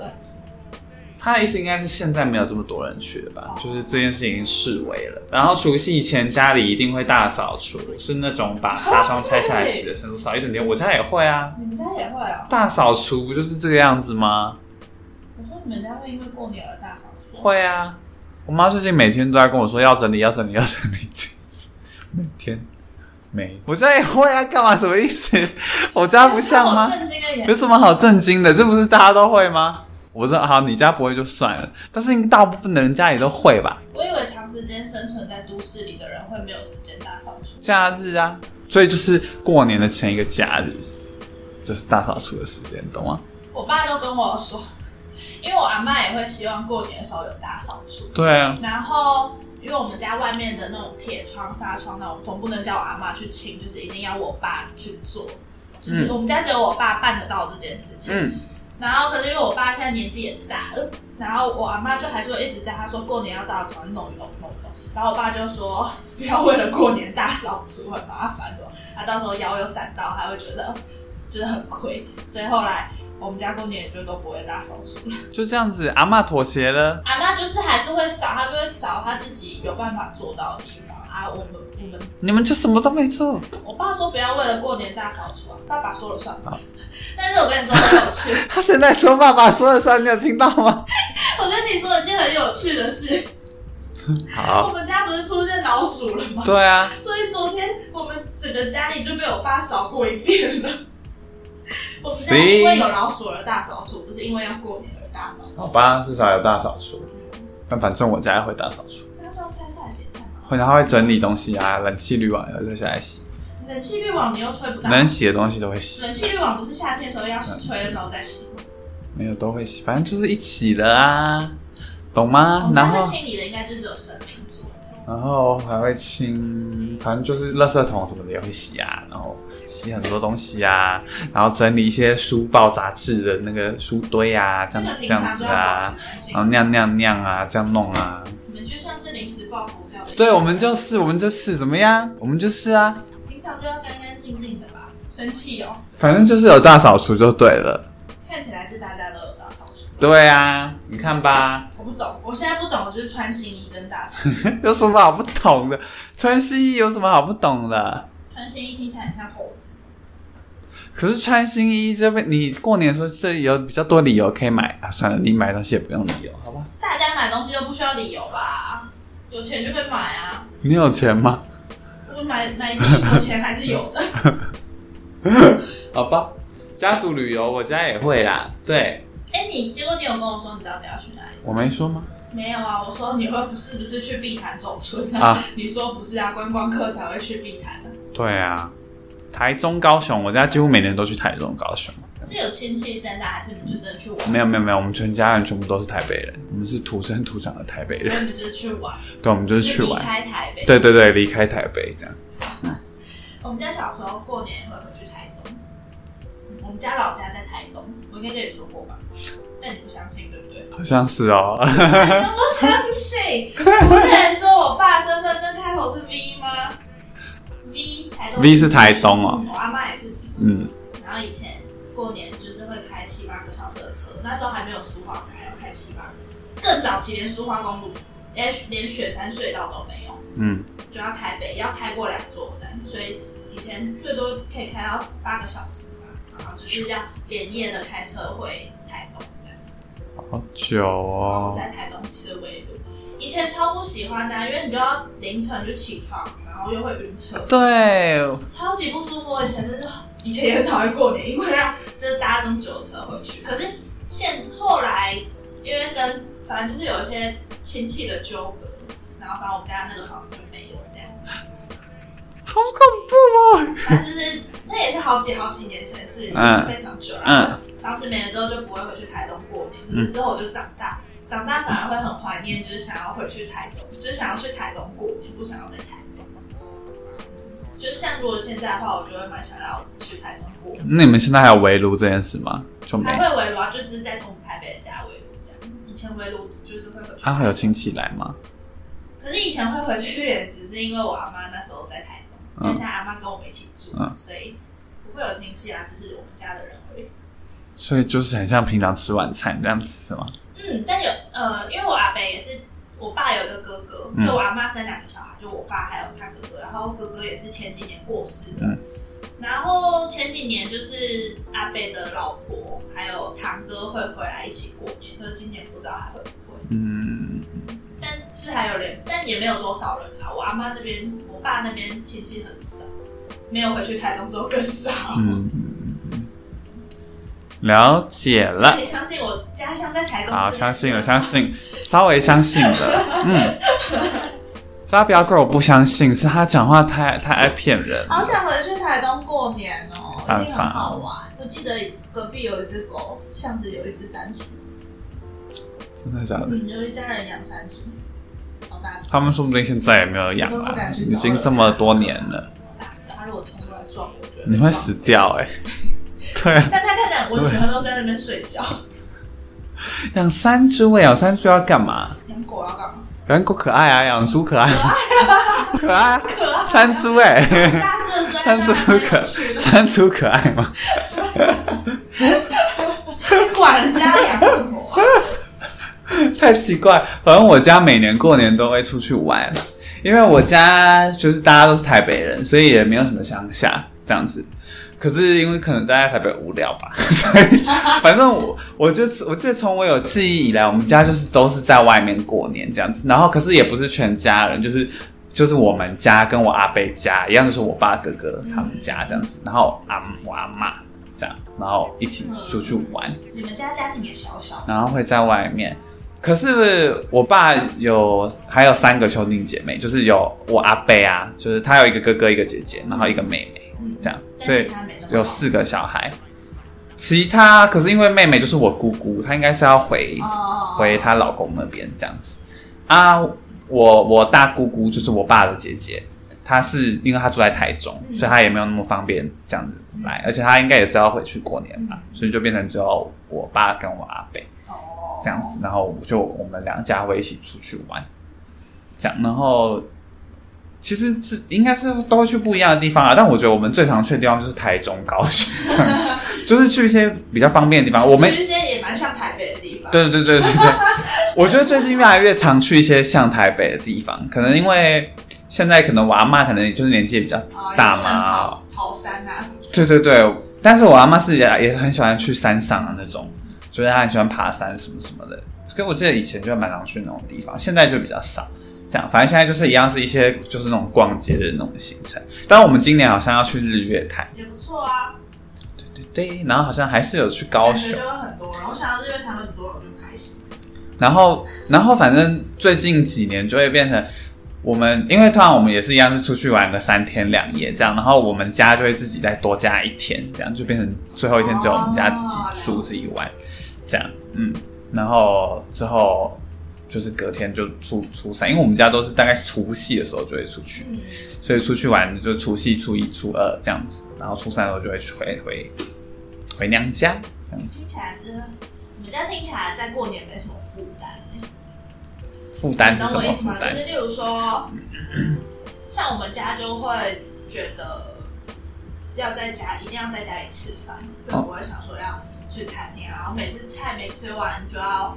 Speaker 4: 他的意思应该是现在没有这么多人去了吧，
Speaker 2: 哦
Speaker 4: 就是这件事已经视为了。然后除夕前家里一定会大扫除，是那种把纱窗拆下来洗的程度扫一整天。我家也会啊，
Speaker 2: 你们家也会哦、
Speaker 4: 大扫除不就是这个样子吗？
Speaker 2: 我说你们家会因为过年而大扫除？
Speaker 4: 会啊，我妈最近每天都在跟我说要整理，要整理，要整理，每天没，我家也会啊，干嘛？什么意思？我家不像吗
Speaker 2: 我？震惊了一
Speaker 4: 有
Speaker 2: 点，
Speaker 4: 什么好震惊的？这不是大家都会吗？我知道，好，你家不会就算了，但是大部分的人家里都会吧。
Speaker 2: 我以为长时间生存在都市里的人会没有时间大扫除。
Speaker 4: 假日啊，所以就是过年的前一个假日，就是大扫除的时间，懂吗？
Speaker 2: 我爸都跟我说，因为我阿妈也会希望过年的时候有大扫除，
Speaker 4: 对啊，
Speaker 2: 然后因为我们家外面的那种铁窗、纱窗那种，总不能叫我阿妈去清，就是一定要我爸去做。就是、我们家只有我爸办得到这件事情。
Speaker 4: 嗯
Speaker 2: 然后可是因为我爸现在年纪也大了，然后我阿妈就还是会一直叫他说过年要大扫除，弄一弄弄一弄。然后我爸就说哦不要为了过年大扫除很麻烦什么，他到时候腰又闪到，还会觉得就是很亏。所以后来我们家过年也就都不会大扫除。
Speaker 4: 就这样子，阿嬷妥协了。
Speaker 2: 阿妈就是还是会扫，她就会扫她自己有办法做到的地方啊。我们我们，
Speaker 4: 你们就什么都没做，
Speaker 2: 我爸说不要为了过年大扫除啊，爸爸说了算吧。但是我跟你说很有趣，
Speaker 4: 他现在说爸爸说了算，你有听到吗？
Speaker 2: 我跟你说一件很有趣的事，我
Speaker 4: 好，
Speaker 2: 们家不是出现老鼠了 [LAUGHS] 吗？
Speaker 4: 对啊，
Speaker 2: 所以昨天我们整个家里就被我爸扫过一遍了。我们家因为有老鼠而大扫除，不是因为要过年而大扫除。
Speaker 4: 好吧，至少有大扫除。但反正我家也会大扫除，
Speaker 2: 这个是要拆下来写看吗？
Speaker 4: 会他会整理东西啊，冷气滤网也会下来洗，
Speaker 2: 冷气滤网你又吹不到，
Speaker 4: 能洗的东西都会洗，
Speaker 2: 冷气滤网不是夏天的时候要吹的时候再洗吗？
Speaker 4: 没有都会洗，反正就是一起的啊，懂吗？
Speaker 2: 我
Speaker 4: 然
Speaker 2: 们
Speaker 4: 后
Speaker 2: 在清理的应该就只有神明桌子，
Speaker 4: 然后还会清，反正就是垃圾桶什么的也会洗啊，然后洗很多东西啊，然后整理一些书报杂志的那个书堆啊，这
Speaker 2: 这
Speaker 4: 样
Speaker 2: 个
Speaker 4: 子
Speaker 2: 平
Speaker 4: 这样
Speaker 2: 常
Speaker 4: 子
Speaker 2: 就要保
Speaker 4: 啊
Speaker 2: 持，干净
Speaker 4: 然后。酿酿酿啊，这样弄啊，
Speaker 2: 你们就像是临时抱佛脚的一样。
Speaker 4: 对，我们就是我们就是怎么样，我们就是啊，
Speaker 2: 平常就要干干净净的吧。生气哦，
Speaker 4: 反正就是有大扫除就对了。
Speaker 2: 看起来是大家都有大扫除。
Speaker 4: 对啊，你看吧，
Speaker 2: 我不懂，我现在不懂的就是穿新衣跟大扫除。
Speaker 4: [LAUGHS] 有什么好不懂的？穿新衣有什么好不懂的？
Speaker 2: 穿新衣听起来很像猴子，
Speaker 4: 可是穿新衣这边，你过年的时候这里有比较多理由可以买啊。算了，你买东西也不用理由，好吧？
Speaker 2: 大家买东西都不需要理由吧？有钱就会买啊。
Speaker 4: 你有钱吗？
Speaker 2: 我买买一件衣服钱还是有
Speaker 4: [LAUGHS]
Speaker 2: 的。
Speaker 4: 好吧，家族旅游我家也会啦。对，
Speaker 2: 哎、你结果你有跟我说你到底要去哪里？
Speaker 4: 我没说吗？
Speaker 2: 没有啊，我说你会不是不是去碧潭走村啊？
Speaker 4: 啊，
Speaker 2: 你说不是啊，观光客才会去碧潭的、
Speaker 4: 对啊，台中、高雄，我家几乎每年都去台中、高雄。
Speaker 2: 是有亲戚在那，还是你们就真的去玩？
Speaker 4: 没有没有没有，我们全家人全部都是台北人，我们是土生土长的台北
Speaker 2: 所以
Speaker 4: 人。
Speaker 2: 你们就是去玩，
Speaker 4: 对，我们就是
Speaker 2: 只
Speaker 4: 去玩
Speaker 2: 离。开台北。
Speaker 4: 对对对，离开台北这样。
Speaker 2: 哦我们家小时候过年也会回去台东，嗯，我们家老家在台东，我应该跟你说过吧？但你不相信对不
Speaker 4: [LAUGHS]
Speaker 2: 对？
Speaker 4: 好像是哦，
Speaker 2: 你都不相信，我不能说我爸身份证开头是 V 吗？V 台东
Speaker 4: V 是台东哦
Speaker 2: 嗯我阿妈也是，
Speaker 4: 嗯。
Speaker 2: 然后以前过年就是会开七八个小时的车，那时候还没有苏花开，要开七八个，更早期连苏花公路，连连雪山隧道都没有。
Speaker 4: 嗯，
Speaker 2: 就要开北，要开过两座山，所以以前最多可以开到八个小时吧，然后就是要连夜的开车回台东这样子。
Speaker 4: 好久
Speaker 2: 然后
Speaker 4: 哦。
Speaker 2: 在台东吃围炉，以前超不喜欢的啊、因为你就要凌晨就起床，然后又会晕车，
Speaker 4: 对，
Speaker 2: 超级不舒服。我以前真是，以前也很讨厌过年，因为要就是搭这么久的车回去。可是现后来，因为跟反正就是有一些亲戚的纠葛，然后反正我们家那个房子就没有这样子。
Speaker 4: 好恐怖哦！
Speaker 2: 反正就是那也是好几好几年前的事，已经
Speaker 4: 嗯
Speaker 2: 非常久了。
Speaker 4: 嗯
Speaker 2: 房子没了之后就不会回去台东过年，就是之后我就长大，长大反而会很怀念，就是想要回去台东，就是想要去台东过年，不想要在台北。就像如果现在的话，我就会蛮想要去台东过年，
Speaker 4: 那你们现在还有围炉这件事吗？就没
Speaker 2: 还。会围炉啊，就只是在我们台北的家围炉这样。以前围炉就是会回去，
Speaker 4: 啊，会有亲戚来吗？
Speaker 2: 可是以前会回去也只是因为我阿妈那时候在台东，但
Speaker 4: 嗯
Speaker 2: 现在阿妈跟我们一起住，
Speaker 4: 嗯
Speaker 2: 所以不会有亲戚啊，就是我们家的人而已。
Speaker 4: 所以就是很像平常吃晚餐这样子是吗？
Speaker 2: 嗯，但有呃，因为我阿伯也是，我爸有一个哥哥，
Speaker 4: 嗯
Speaker 2: 就我阿妈生两个小孩，就我爸还有他哥哥，然后哥哥也是前几年过世的。
Speaker 4: 嗯
Speaker 2: 然后前几年就是阿伯的老婆还有堂哥会回来一起过年，可是今年不知道还会不会，
Speaker 4: 嗯，
Speaker 2: 但是还有人，但也没有多少人啊啦。我阿妈那边，我爸那边亲戚很少，没有回去台东之后更少。
Speaker 4: 嗯，了解
Speaker 2: 所以 [LAUGHS]
Speaker 4: 了
Speaker 2: 你。相信我家乡在台东？
Speaker 4: 好，相信了，相。信，稍微相信了。
Speaker 2: [LAUGHS]
Speaker 4: 嗯，抓表哥我不相信，是他讲话太太爱骗人了。
Speaker 2: 好想回去台东过年哦，
Speaker 4: 办法
Speaker 2: 一定很好玩。我记得隔壁有一只狗，巷子有一只山猪，
Speaker 4: 真的假的？
Speaker 2: 嗯，有一家人养山猪，超大只，
Speaker 4: 他们说不定现在也没有养
Speaker 2: 我都不
Speaker 4: 了，
Speaker 2: 敢去
Speaker 4: 已
Speaker 2: 找
Speaker 4: 经
Speaker 2: 了
Speaker 4: 这么多年了，
Speaker 2: 超大只。它如果冲过来撞我，我觉得
Speaker 4: 你会死掉哎、对啊，
Speaker 2: 但它看起来很温和，它都在那边睡
Speaker 4: [LAUGHS]
Speaker 2: 觉。
Speaker 4: 养山猪哎，养山猪要干嘛？
Speaker 2: 养狗要干嘛？
Speaker 4: 养狗可爱啊，养猪可爱，可爱啊，
Speaker 2: 可爱，
Speaker 4: 山猪哎、 [LAUGHS]
Speaker 2: 大只的时候
Speaker 4: 山猪
Speaker 2: 还蛮
Speaker 4: 可
Speaker 2: 有趣的。
Speaker 4: 山猪可爱吗？
Speaker 2: 你管人家养什么
Speaker 4: [LAUGHS]
Speaker 2: 啊？
Speaker 4: 太奇怪，反正我家每年过年都会出去玩，因为我家就是大家都是台北人，所以也没有什么乡下这样子。可是因为可能大家在台北无聊吧， [LAUGHS] 所以反正我我就我记得从我有记忆以来，我们家就是都是在外面过年这样子，然后可是也不是全家人，就是就是我们家跟我阿伯家一样，就是我爸哥哥他们家这样子，然后阿我阿妈这样，然后一起出去玩。
Speaker 2: 你们家家庭也小小的，
Speaker 4: 然后会在外面。可是我爸有还有三个兄弟姐妹，就是有我阿伯啊，就是他有一个哥哥，一个姐姐，然后一个妹妹，
Speaker 2: 嗯，
Speaker 4: 这样，
Speaker 2: 但
Speaker 4: 所以
Speaker 2: 其他没那么
Speaker 4: 有四个小孩。其他可是因为妹妹就是我姑姑，她应该是要回
Speaker 2: 哦，
Speaker 4: 回她老公那边这样子啊。我我大姑姑就是我爸的姐姐，她是因为她住在台中，
Speaker 2: 嗯
Speaker 4: 所以她也没有那么方便这样子来，而且她应该也是要回去过年吧，所以就变成只有我爸跟我阿伯
Speaker 2: 哦，
Speaker 4: 这样子，然后我就我们两家会一起出去玩，这样，然后其实这应该是都会去不一样的地方啊，但我觉得我们最常去的地方就是台中、高雄这样子，就是去一些比较方便的地方，
Speaker 2: [LAUGHS]
Speaker 4: 我们
Speaker 2: 其实现在也蛮像台北的地方，，
Speaker 4: 对对对对对，我觉得最近越来越常去一些像台北的地方，可能因为现在可能我阿妈可能也就是年纪也比较
Speaker 2: 啊、也
Speaker 4: 大
Speaker 2: 不能
Speaker 4: 嘛，
Speaker 2: 跑跑山啊什么的，
Speaker 4: 对对对，但是我阿妈是也也很喜欢去山上啊的那种，就是她很喜欢爬山什么什么的。可我记得以前就蛮常去那种地方，现在就比较少。这样，反正现在就是一样是一些就是那种逛街的那种行程。但我们今年好像要去日月潭，
Speaker 2: 也不错啊，
Speaker 4: 对对对，然后好像还是有去高
Speaker 2: 感觉
Speaker 4: 雄
Speaker 2: 就。会很多。然后想到日月潭有很多人就开心，
Speaker 4: 然后，然后反正最近几年就会变成我们，因为通常我们也是一样是出去玩个三天两夜这样，然后我们家就会自己再多加一天，这样就变成最后一天只有我们家自己住
Speaker 2: 哦
Speaker 4: 自己玩，这样，嗯，然后之后就是隔天就初初三，因为我们家都是大概除夕的时候就会出去，
Speaker 2: 嗯，
Speaker 4: 所以出去玩就除夕、初一、初二这样子，然后初三的时候就会回回回娘家，这样
Speaker 2: 听起来是，你们家听起来在过年没什么负担、欸
Speaker 4: 负担
Speaker 2: 你
Speaker 4: 是
Speaker 2: 懂
Speaker 4: 什
Speaker 2: 我意
Speaker 4: 么
Speaker 2: 思
Speaker 4: 负
Speaker 2: 吗？就
Speaker 4: 担
Speaker 2: 是？例如说，像我们家就会觉得要在家，一定要在家里吃饭，就不会想说要去餐厅，然后每次菜没吃完就要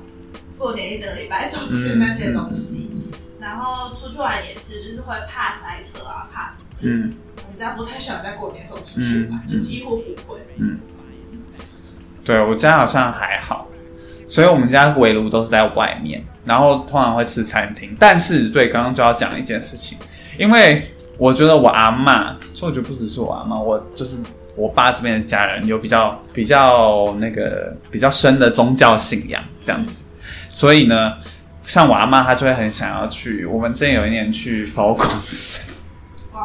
Speaker 2: 过年一整个礼拜都吃那些东西。
Speaker 4: 嗯
Speaker 2: 然后出去玩也是，就是会怕塞车啊，怕什么？就是
Speaker 4: 嗯。
Speaker 2: 我们家不太喜欢在过年的时候出去玩，
Speaker 4: 嗯
Speaker 2: 就几乎不会。
Speaker 4: 嗯对我家好像还好，所以我们家围炉都是在外面，然后通常会吃餐厅。但是对，刚刚就要讲一件事情，因为我觉得我阿嬷，所以我觉得不只是我阿嬷，我就是我爸这边的家人有比较比较那个比较深的宗教信仰这样子，所以呢，像我阿嬷她就会很想要去。我们之前有一年去佛光山。
Speaker 2: 哦，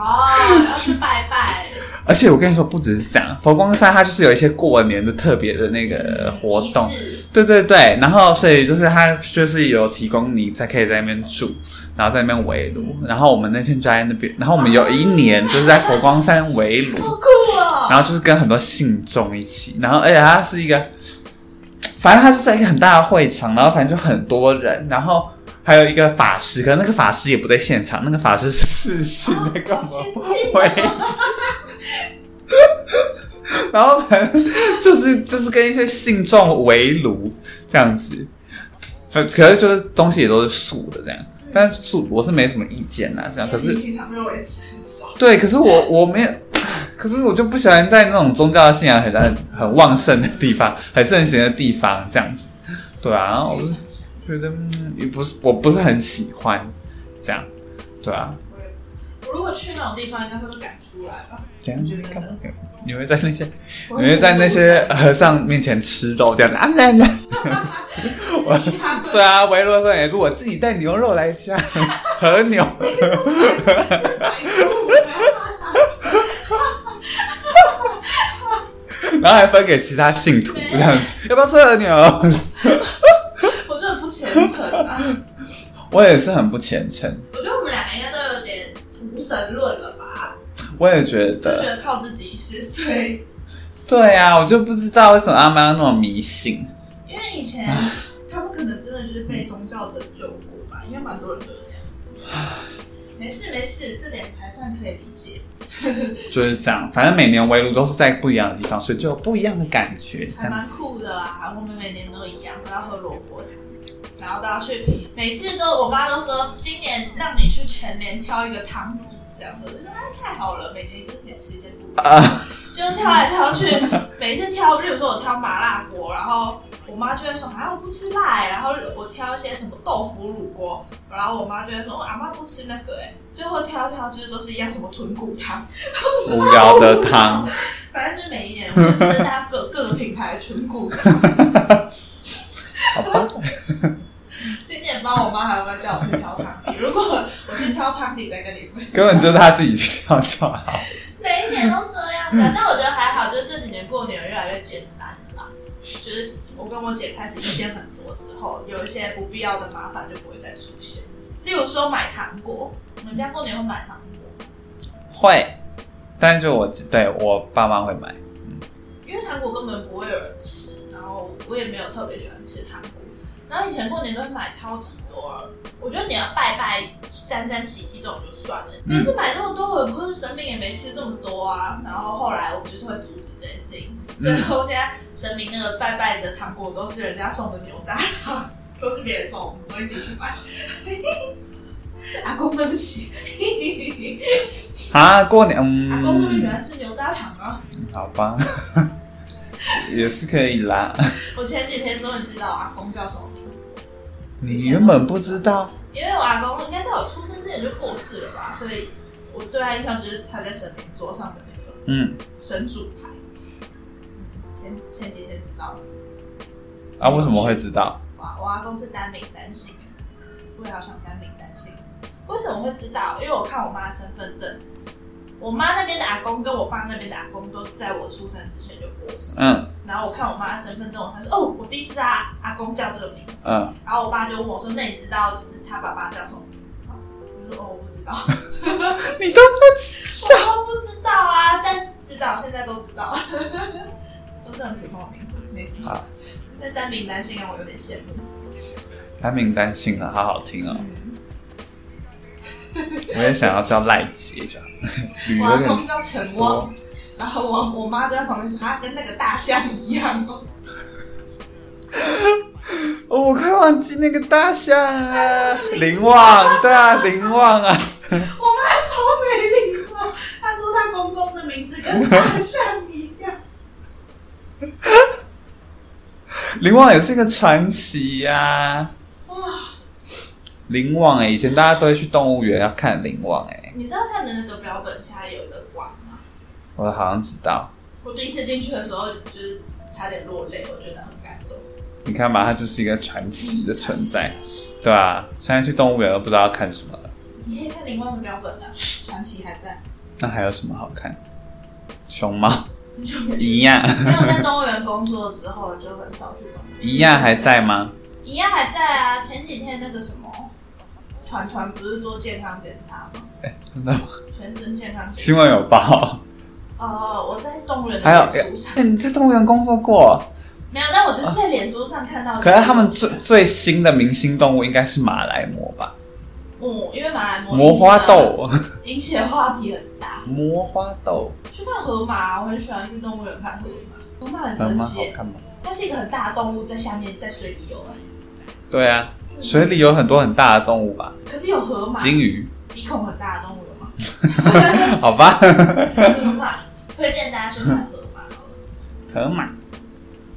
Speaker 2: 要去拜拜，
Speaker 4: 而且我跟你说，不只是这样，佛光山它就是有一些过年的特别的那个活
Speaker 2: 仪
Speaker 4: 动，
Speaker 2: 式
Speaker 4: 对对对，然后所以就是他就是有提供你在可以在那边住，然后在那边围炉，然后我们那天就在那边，然后我们有一年就是在佛光山围炉，
Speaker 2: 好酷哦！
Speaker 4: 然后就是跟很多信众一起，然后而且它是一个，反正它是在一个很大的会场，然后反正就很多人，然后还有一个法师，可能那个法师也不在现场，那个法师是视讯在干
Speaker 2: 好
Speaker 4: 嘛
Speaker 2: 先进哦
Speaker 4: 会。然后反正就是就是跟一些信众围炉这样子，可可是就是东西也都是素的这样，但是素我是没什么意见啦，这样可是
Speaker 2: 因为你平常没有维持很少。
Speaker 4: 对，可是我我没有，可是我就不喜欢在那种宗教信仰很很很旺盛的地方、很盛行的地方这样子。对啊，然后我是觉得、嗯、也不是，我不是很喜欢这样。对啊，
Speaker 2: 我如果去那种地方，应该会被赶出来
Speaker 4: [LAUGHS]
Speaker 2: 吧？
Speaker 4: 这样
Speaker 2: 我觉得
Speaker 4: 干嘛你会在那些
Speaker 2: 我
Speaker 4: 你会在那些和尚面前吃肉这样子啊？那那对
Speaker 2: 啊，
Speaker 4: 啊，维罗说也是我自己带牛肉来家 [LAUGHS] 和牛。然后还分给其他信徒这样子，要不要吃和牛？ [LAUGHS]
Speaker 2: 我真的不虔诚啊！
Speaker 4: 我也是很不虔诚，
Speaker 2: 我觉得我们两个应该都有点无神论了吧？
Speaker 4: 我也觉
Speaker 2: 就觉
Speaker 4: 得，
Speaker 2: 得靠自己是最……
Speaker 4: 对啊，我就不知道为什么阿妈要那么迷信。
Speaker 2: 因为以前他们可能真的就是被宗教拯救过吧，应该蛮多人都是这样子。没事没事，这点还算可以理解。
Speaker 4: 就是这样，反正每年围炉都是在不一样的地方，所以就有不一样的感觉。这
Speaker 2: 还
Speaker 4: 样
Speaker 2: 蛮
Speaker 4: 子，
Speaker 2: 酷的啊！我们每年都一样，都要喝萝卜汤，然后都要去，每次都我妈都说今年让你去全年挑一个汤底这样子，我就说哎太好了，每年就可以吃一些不一样的，就挑来挑去，每次挑，例如说我挑麻辣锅，然后。我妈就会说啊，我不吃辣、欸，然后我挑一些什么豆腐乳锅，然后我妈就会说，我阿妈不吃那个、欸，最后挑一挑就是都是一样什么豚骨汤，
Speaker 4: [LAUGHS] 无聊的汤，
Speaker 2: 反正就每一年我就吃大家各各个品牌的豚骨汤，
Speaker 4: 好吧？
Speaker 2: 今年帮我妈还要叫我去挑汤底，如果我去挑汤底再跟你分享。
Speaker 4: 根本就是他自己去跳就好。
Speaker 2: 每一年都这样子、啊，但我觉得还好，就是这几年过年越来越简单了啦。就是我跟我姐开始意见很多之后，有一些不必要的麻烦就不会再出现。例如说买糖果，你们家过年会买糖果，
Speaker 4: 会，但是我对我爸妈会买。
Speaker 2: 因为糖果根本不会有人吃，然后我也没有特别喜欢吃糖果。然后以前过年都会买超级多啊，我觉得你要拜拜、沾沾喜气这种就算了，每次买那么多，我也不是生病也没吃这么多啊。然后后来我就是会阻止这件事情，所以我现在神明那个拜拜的糖果都是人家送的牛轧糖， [LAUGHS] 都是别人送，我不会自己去买。 [LAUGHS] 阿公，对不起， [LAUGHS]
Speaker 4: 啊，过年，嗯，
Speaker 2: 阿公这边喜欢吃牛轧糖啊。
Speaker 4: 好吧，也是可以啦。 [LAUGHS]
Speaker 2: 我前几天终于知道我阿公叫什么名字，
Speaker 4: 你原本不知道，
Speaker 2: 因为我阿公应该在我出生之前就过世了吧，所以我对他印象就是他在神明桌上的那个
Speaker 4: 嗯，
Speaker 2: 神主牌。嗯，前前几天知道了，
Speaker 4: 啊，为什么会知道？
Speaker 2: 哇，我阿公是单名单姓，我也好想单名单姓。为什么会知道？因为我看我妈的身份证，我妈那边的阿公跟我爸那边的阿公都在我出生之前就过世。
Speaker 4: 嗯
Speaker 2: 然后我看我妈的身份证，我才说哦，我第一次知道阿公叫这个名字。
Speaker 4: 嗯，
Speaker 2: 然后我爸就问我说：“那你知道就是他爸爸叫什么名字吗？”我就说：“哦，我不知道，
Speaker 4: [LAUGHS] 你都不知
Speaker 2: 我都不知道啊，但知道现在都知道，都是很普通的名字，没什么
Speaker 4: 好。
Speaker 2: 那单名单姓让我有点羡慕。
Speaker 4: 单名单姓啊，好好听哦。
Speaker 2: 嗯
Speaker 4: 我也想要叫赖杰，这 [LAUGHS] 样旅
Speaker 2: 我
Speaker 4: 游
Speaker 2: 阿
Speaker 4: 点
Speaker 2: 公叫陈
Speaker 4: 多
Speaker 2: 汪，然后我我妈就在旁边说：“啊他跟那个大象一样哦。
Speaker 4: 哦，我快忘记那个大象了，林旺，对啊，林旺啊，”
Speaker 2: 我妈超没礼貌，她说她公公的名字跟大象一样。
Speaker 4: 林旺也是一个传奇呀、啊。
Speaker 2: 哇，
Speaker 4: 林旺哎、以前大家都会去动物园要看林旺哎、
Speaker 2: 你知道他的那个标本下有一个馆吗？
Speaker 4: 我好像知道。
Speaker 2: 我第一次进去的时候，就是差点落泪，我觉得很感动。
Speaker 4: 你看嘛，它就是一个传奇的存在，对啊，现在去动物园都不知道要看什么了，
Speaker 2: 你可以看林光的标本啊， [LAUGHS] 传奇还在，
Speaker 4: 那还有什么好看？熊猫
Speaker 2: 很久没去。
Speaker 4: 一样 [LAUGHS]
Speaker 2: 没有在动物园工作之后，就很少去动物园。
Speaker 4: 一样还在？吗？
Speaker 2: 一样还在啊！前几天那个什么，团团不是做健康检查吗？
Speaker 4: 真的吗，
Speaker 2: 全身健康检
Speaker 4: 新闻有报。
Speaker 2: 查。呃，我在动物园
Speaker 4: 还有
Speaker 2: 的脸书上
Speaker 4: 哎你在动物园工作过？
Speaker 2: 没有，但我就是在脸书上看到。
Speaker 4: 可是他们最，最新的明星动物应该是马来貘吧？
Speaker 2: 嗯，因为马来貘
Speaker 4: 魔花豆，
Speaker 2: 引起的话题很大。
Speaker 4: [LAUGHS] 魔花豆，
Speaker 2: 去看河马，我很喜欢去动物园看河马，河马很
Speaker 4: 很
Speaker 2: 神
Speaker 4: 蛮
Speaker 2: 奇
Speaker 4: 好
Speaker 2: 耶、
Speaker 4: 看吗？
Speaker 2: 它是一个很大的动物，在下面在水里游、哎，
Speaker 4: 对啊，水里有很多很大的动物吧，
Speaker 2: 可是有河马，
Speaker 4: 金鱼， [LAUGHS]
Speaker 2: 鼻孔很大的动物有吗？
Speaker 4: 好吧， [LAUGHS]
Speaker 2: 河马，推荐大家去看河马好了。
Speaker 4: 河马，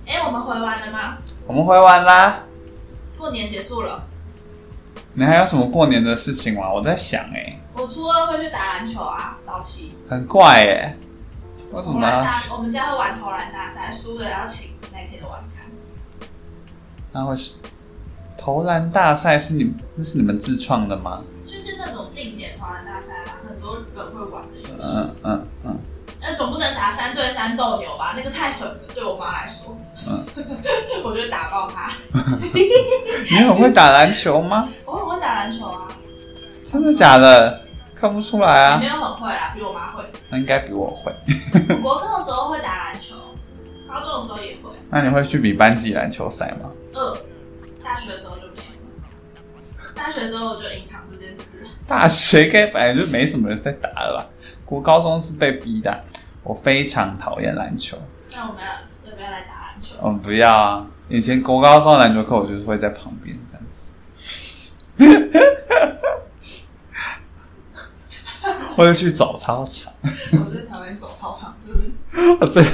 Speaker 2: 哎、我们回完了吗？
Speaker 4: 我们回完啦。
Speaker 2: 过年结束了，
Speaker 4: 你还有什么过年的事情吗？我在想哎、
Speaker 2: 我初二会去打篮球啊，早起。
Speaker 4: 很怪哎、为什
Speaker 2: 投
Speaker 4: 么要
Speaker 2: 篮大？我们家会玩投篮大赛，输了要请那天的晚餐。
Speaker 4: 那会是投篮大赛是你那是你们自创的吗？
Speaker 2: 就是那种定点投篮大赛啊，很多人会玩的游戏。
Speaker 4: 嗯嗯嗯，
Speaker 2: 那、总不能打三对三斗牛吧？那个太狠了，对我妈来说。
Speaker 4: 嗯
Speaker 2: [LAUGHS] 我就打爆她。
Speaker 4: 你很会打篮球吗？
Speaker 2: 我很会打篮球啊，
Speaker 4: 真的假的？看不出来
Speaker 2: 也
Speaker 4: 啊
Speaker 2: 没，有很会啦，比我妈会。
Speaker 4: 那应该比我会。
Speaker 2: 我国中的时候会打篮球，高中的时候也会，
Speaker 4: 那你会去比班级篮球赛吗？
Speaker 2: 呃，大学的时候就没有了。大学之后我就隐藏这件事，
Speaker 4: 大学应该本来就没什么人在打了吧？国高中是被逼的。我非常讨厌篮球，
Speaker 2: 那我们要要不要来打篮球？
Speaker 4: 嗯，不要啊！以前国高中的篮球课，我就是会在旁边这样子， [LAUGHS] 或者去走操场。
Speaker 2: [LAUGHS] 我最讨厌走操场，就是
Speaker 4: 我真的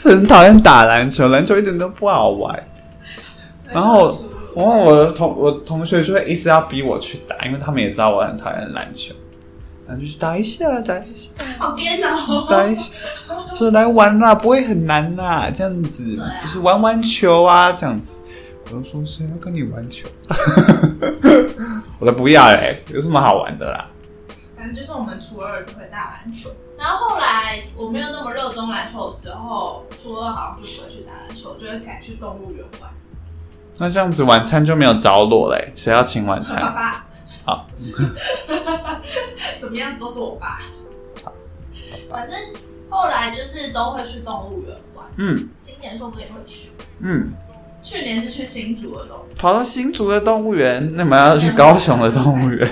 Speaker 4: 真的很讨厌打篮球，篮球一点都不好玩。 [LAUGHS] 然后然后我的同我同学就会一直要逼我去打，因为他们也知道我很讨厌篮球，然后就去打一下，打一下，
Speaker 2: 好颠
Speaker 4: 打
Speaker 2: 哦。
Speaker 4: 一下，说来玩啦，不会很难啦，这样子
Speaker 2: 对啊
Speaker 4: 就是玩玩球啊，这样子。我就说谁要跟你玩球？ [LAUGHS] 我才不要嘞、有什么好玩的啦？
Speaker 2: 反正就是我们初二就会打篮球，然后后来我没有那么热衷篮球之后，初二好像就不会去打篮球，就会改去动物园玩。
Speaker 4: 那这样子晚餐就没有着落嘞、谁要请晚
Speaker 2: 爸
Speaker 4: 餐？
Speaker 2: 爸， [LAUGHS] 怎么样都是我爸。反正后来就是都会去动物园玩，
Speaker 4: 嗯
Speaker 2: 今年说不定也会去。
Speaker 4: 嗯，
Speaker 2: 去年是去新竹的动物园，
Speaker 4: 跑到新竹的动物园，那我们啊要去高雄的动物园。。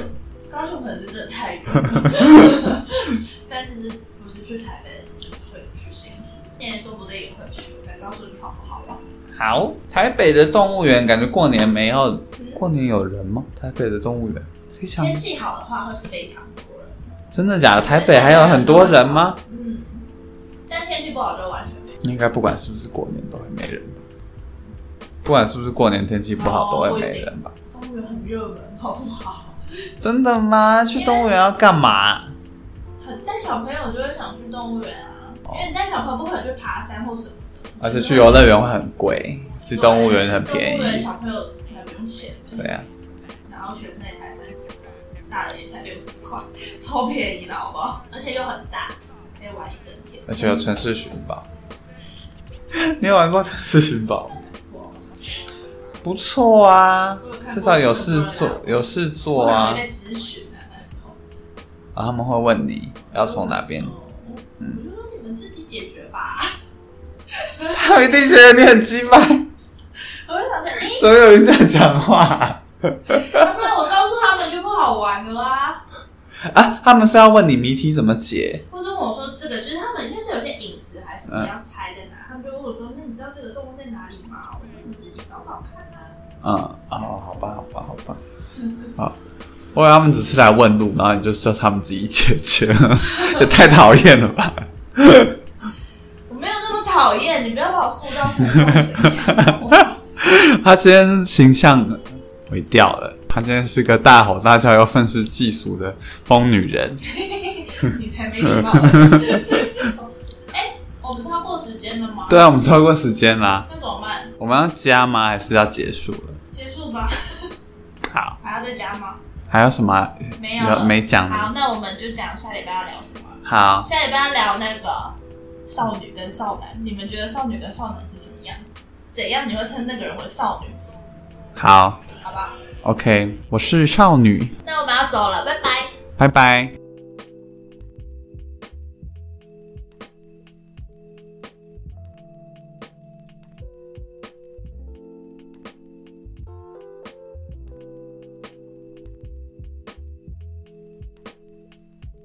Speaker 2: 高雄可能是真的太远了，
Speaker 4: [LAUGHS]
Speaker 2: 但是是不是去台北就是会去新竹，今年说不定也会去，我再告诉你好不 [LAUGHS] 好吧。
Speaker 4: 好，台北的动物园感觉过年没有，过年有人吗？台北的动物园，非常
Speaker 2: 天气好的话会非常多人，
Speaker 4: 真的假的？台北还有很多人吗？
Speaker 2: 嗯，但天气不好就完全没有。
Speaker 4: 应该不管是不是过年都会没人吧，不管是不是过年天气不好都会没人吧？
Speaker 2: 动物园很热门，好不好？
Speaker 4: 真的吗？去动物园要干嘛？
Speaker 2: 很带小朋友就会想去动物园啊，因为你带小朋友不可能去爬山或什么的，
Speaker 4: 而且哦去游乐园会很贵，去
Speaker 2: 对
Speaker 4: 动物园很便
Speaker 2: 动物园
Speaker 4: 宜。
Speaker 2: 小朋友还不用钱，
Speaker 4: 对啊，
Speaker 2: 然后学生也才三十块，大人也才六十块，超便宜的好不好？而且又很大，可以玩一整天。
Speaker 4: 而且有城市寻宝。 [LAUGHS] 你有玩过城市寻宝吗？
Speaker 2: 哇
Speaker 4: 不错啊
Speaker 2: 我有，看过
Speaker 4: 至少有事做，有事做
Speaker 2: 我
Speaker 4: 啊
Speaker 2: 很容易。被咨询啊，那时候。
Speaker 4: 然后他们会问你要从哪边，嗯
Speaker 2: 哦我就说你们自己解决吧。
Speaker 4: 他们一定觉得你很鸡掰，
Speaker 2: 我就想说，哎、
Speaker 4: 怎么有人这样讲话啊
Speaker 2: 要不然我告诉他们就不好玩了啊。
Speaker 4: 啊？他们是要问你谜题怎么解？
Speaker 2: 或者问我说这个，就是他们应该是有些影子还是什
Speaker 4: 嗯
Speaker 2: 么要猜在哪，他们就问我说，那你知道这个动物在哪里吗？我说你自己找找看啊。
Speaker 4: 嗯，哦，好吧，好吧，好吧，好。我以为他们只是来问路，然后你就叫他们自己解决， [LAUGHS] 也太讨厌了吧？
Speaker 2: 我没有那么讨厌，你不要把我塑造成这种形象
Speaker 4: [LAUGHS]
Speaker 2: 好不好。
Speaker 4: 他今天形象毁掉了，他今天是个大吼大叫又愤世嫉俗的疯女人。
Speaker 2: 你才没礼貌。 [LAUGHS] 哎，我们超过时间了吗？
Speaker 4: 对啊啊，我们超过时间啦，
Speaker 2: 那怎么办？
Speaker 4: 我们要加吗？还是要结束了？
Speaker 2: 结束吧，
Speaker 4: 好，
Speaker 2: 还要再讲吗？
Speaker 4: 还有什么
Speaker 2: 没有了，
Speaker 4: 没讲
Speaker 2: 好，
Speaker 4: 的？
Speaker 2: 那我们就讲下礼拜要聊什么。
Speaker 4: 好，
Speaker 2: 下礼拜要聊那个少女跟少男，你们觉得少女跟少男是什么样子？怎样你会称那个人为少女？
Speaker 4: 好
Speaker 2: 好吧，
Speaker 4: ，OK，我是少女，
Speaker 2: 那我们要走了，拜拜。
Speaker 4: 拜拜。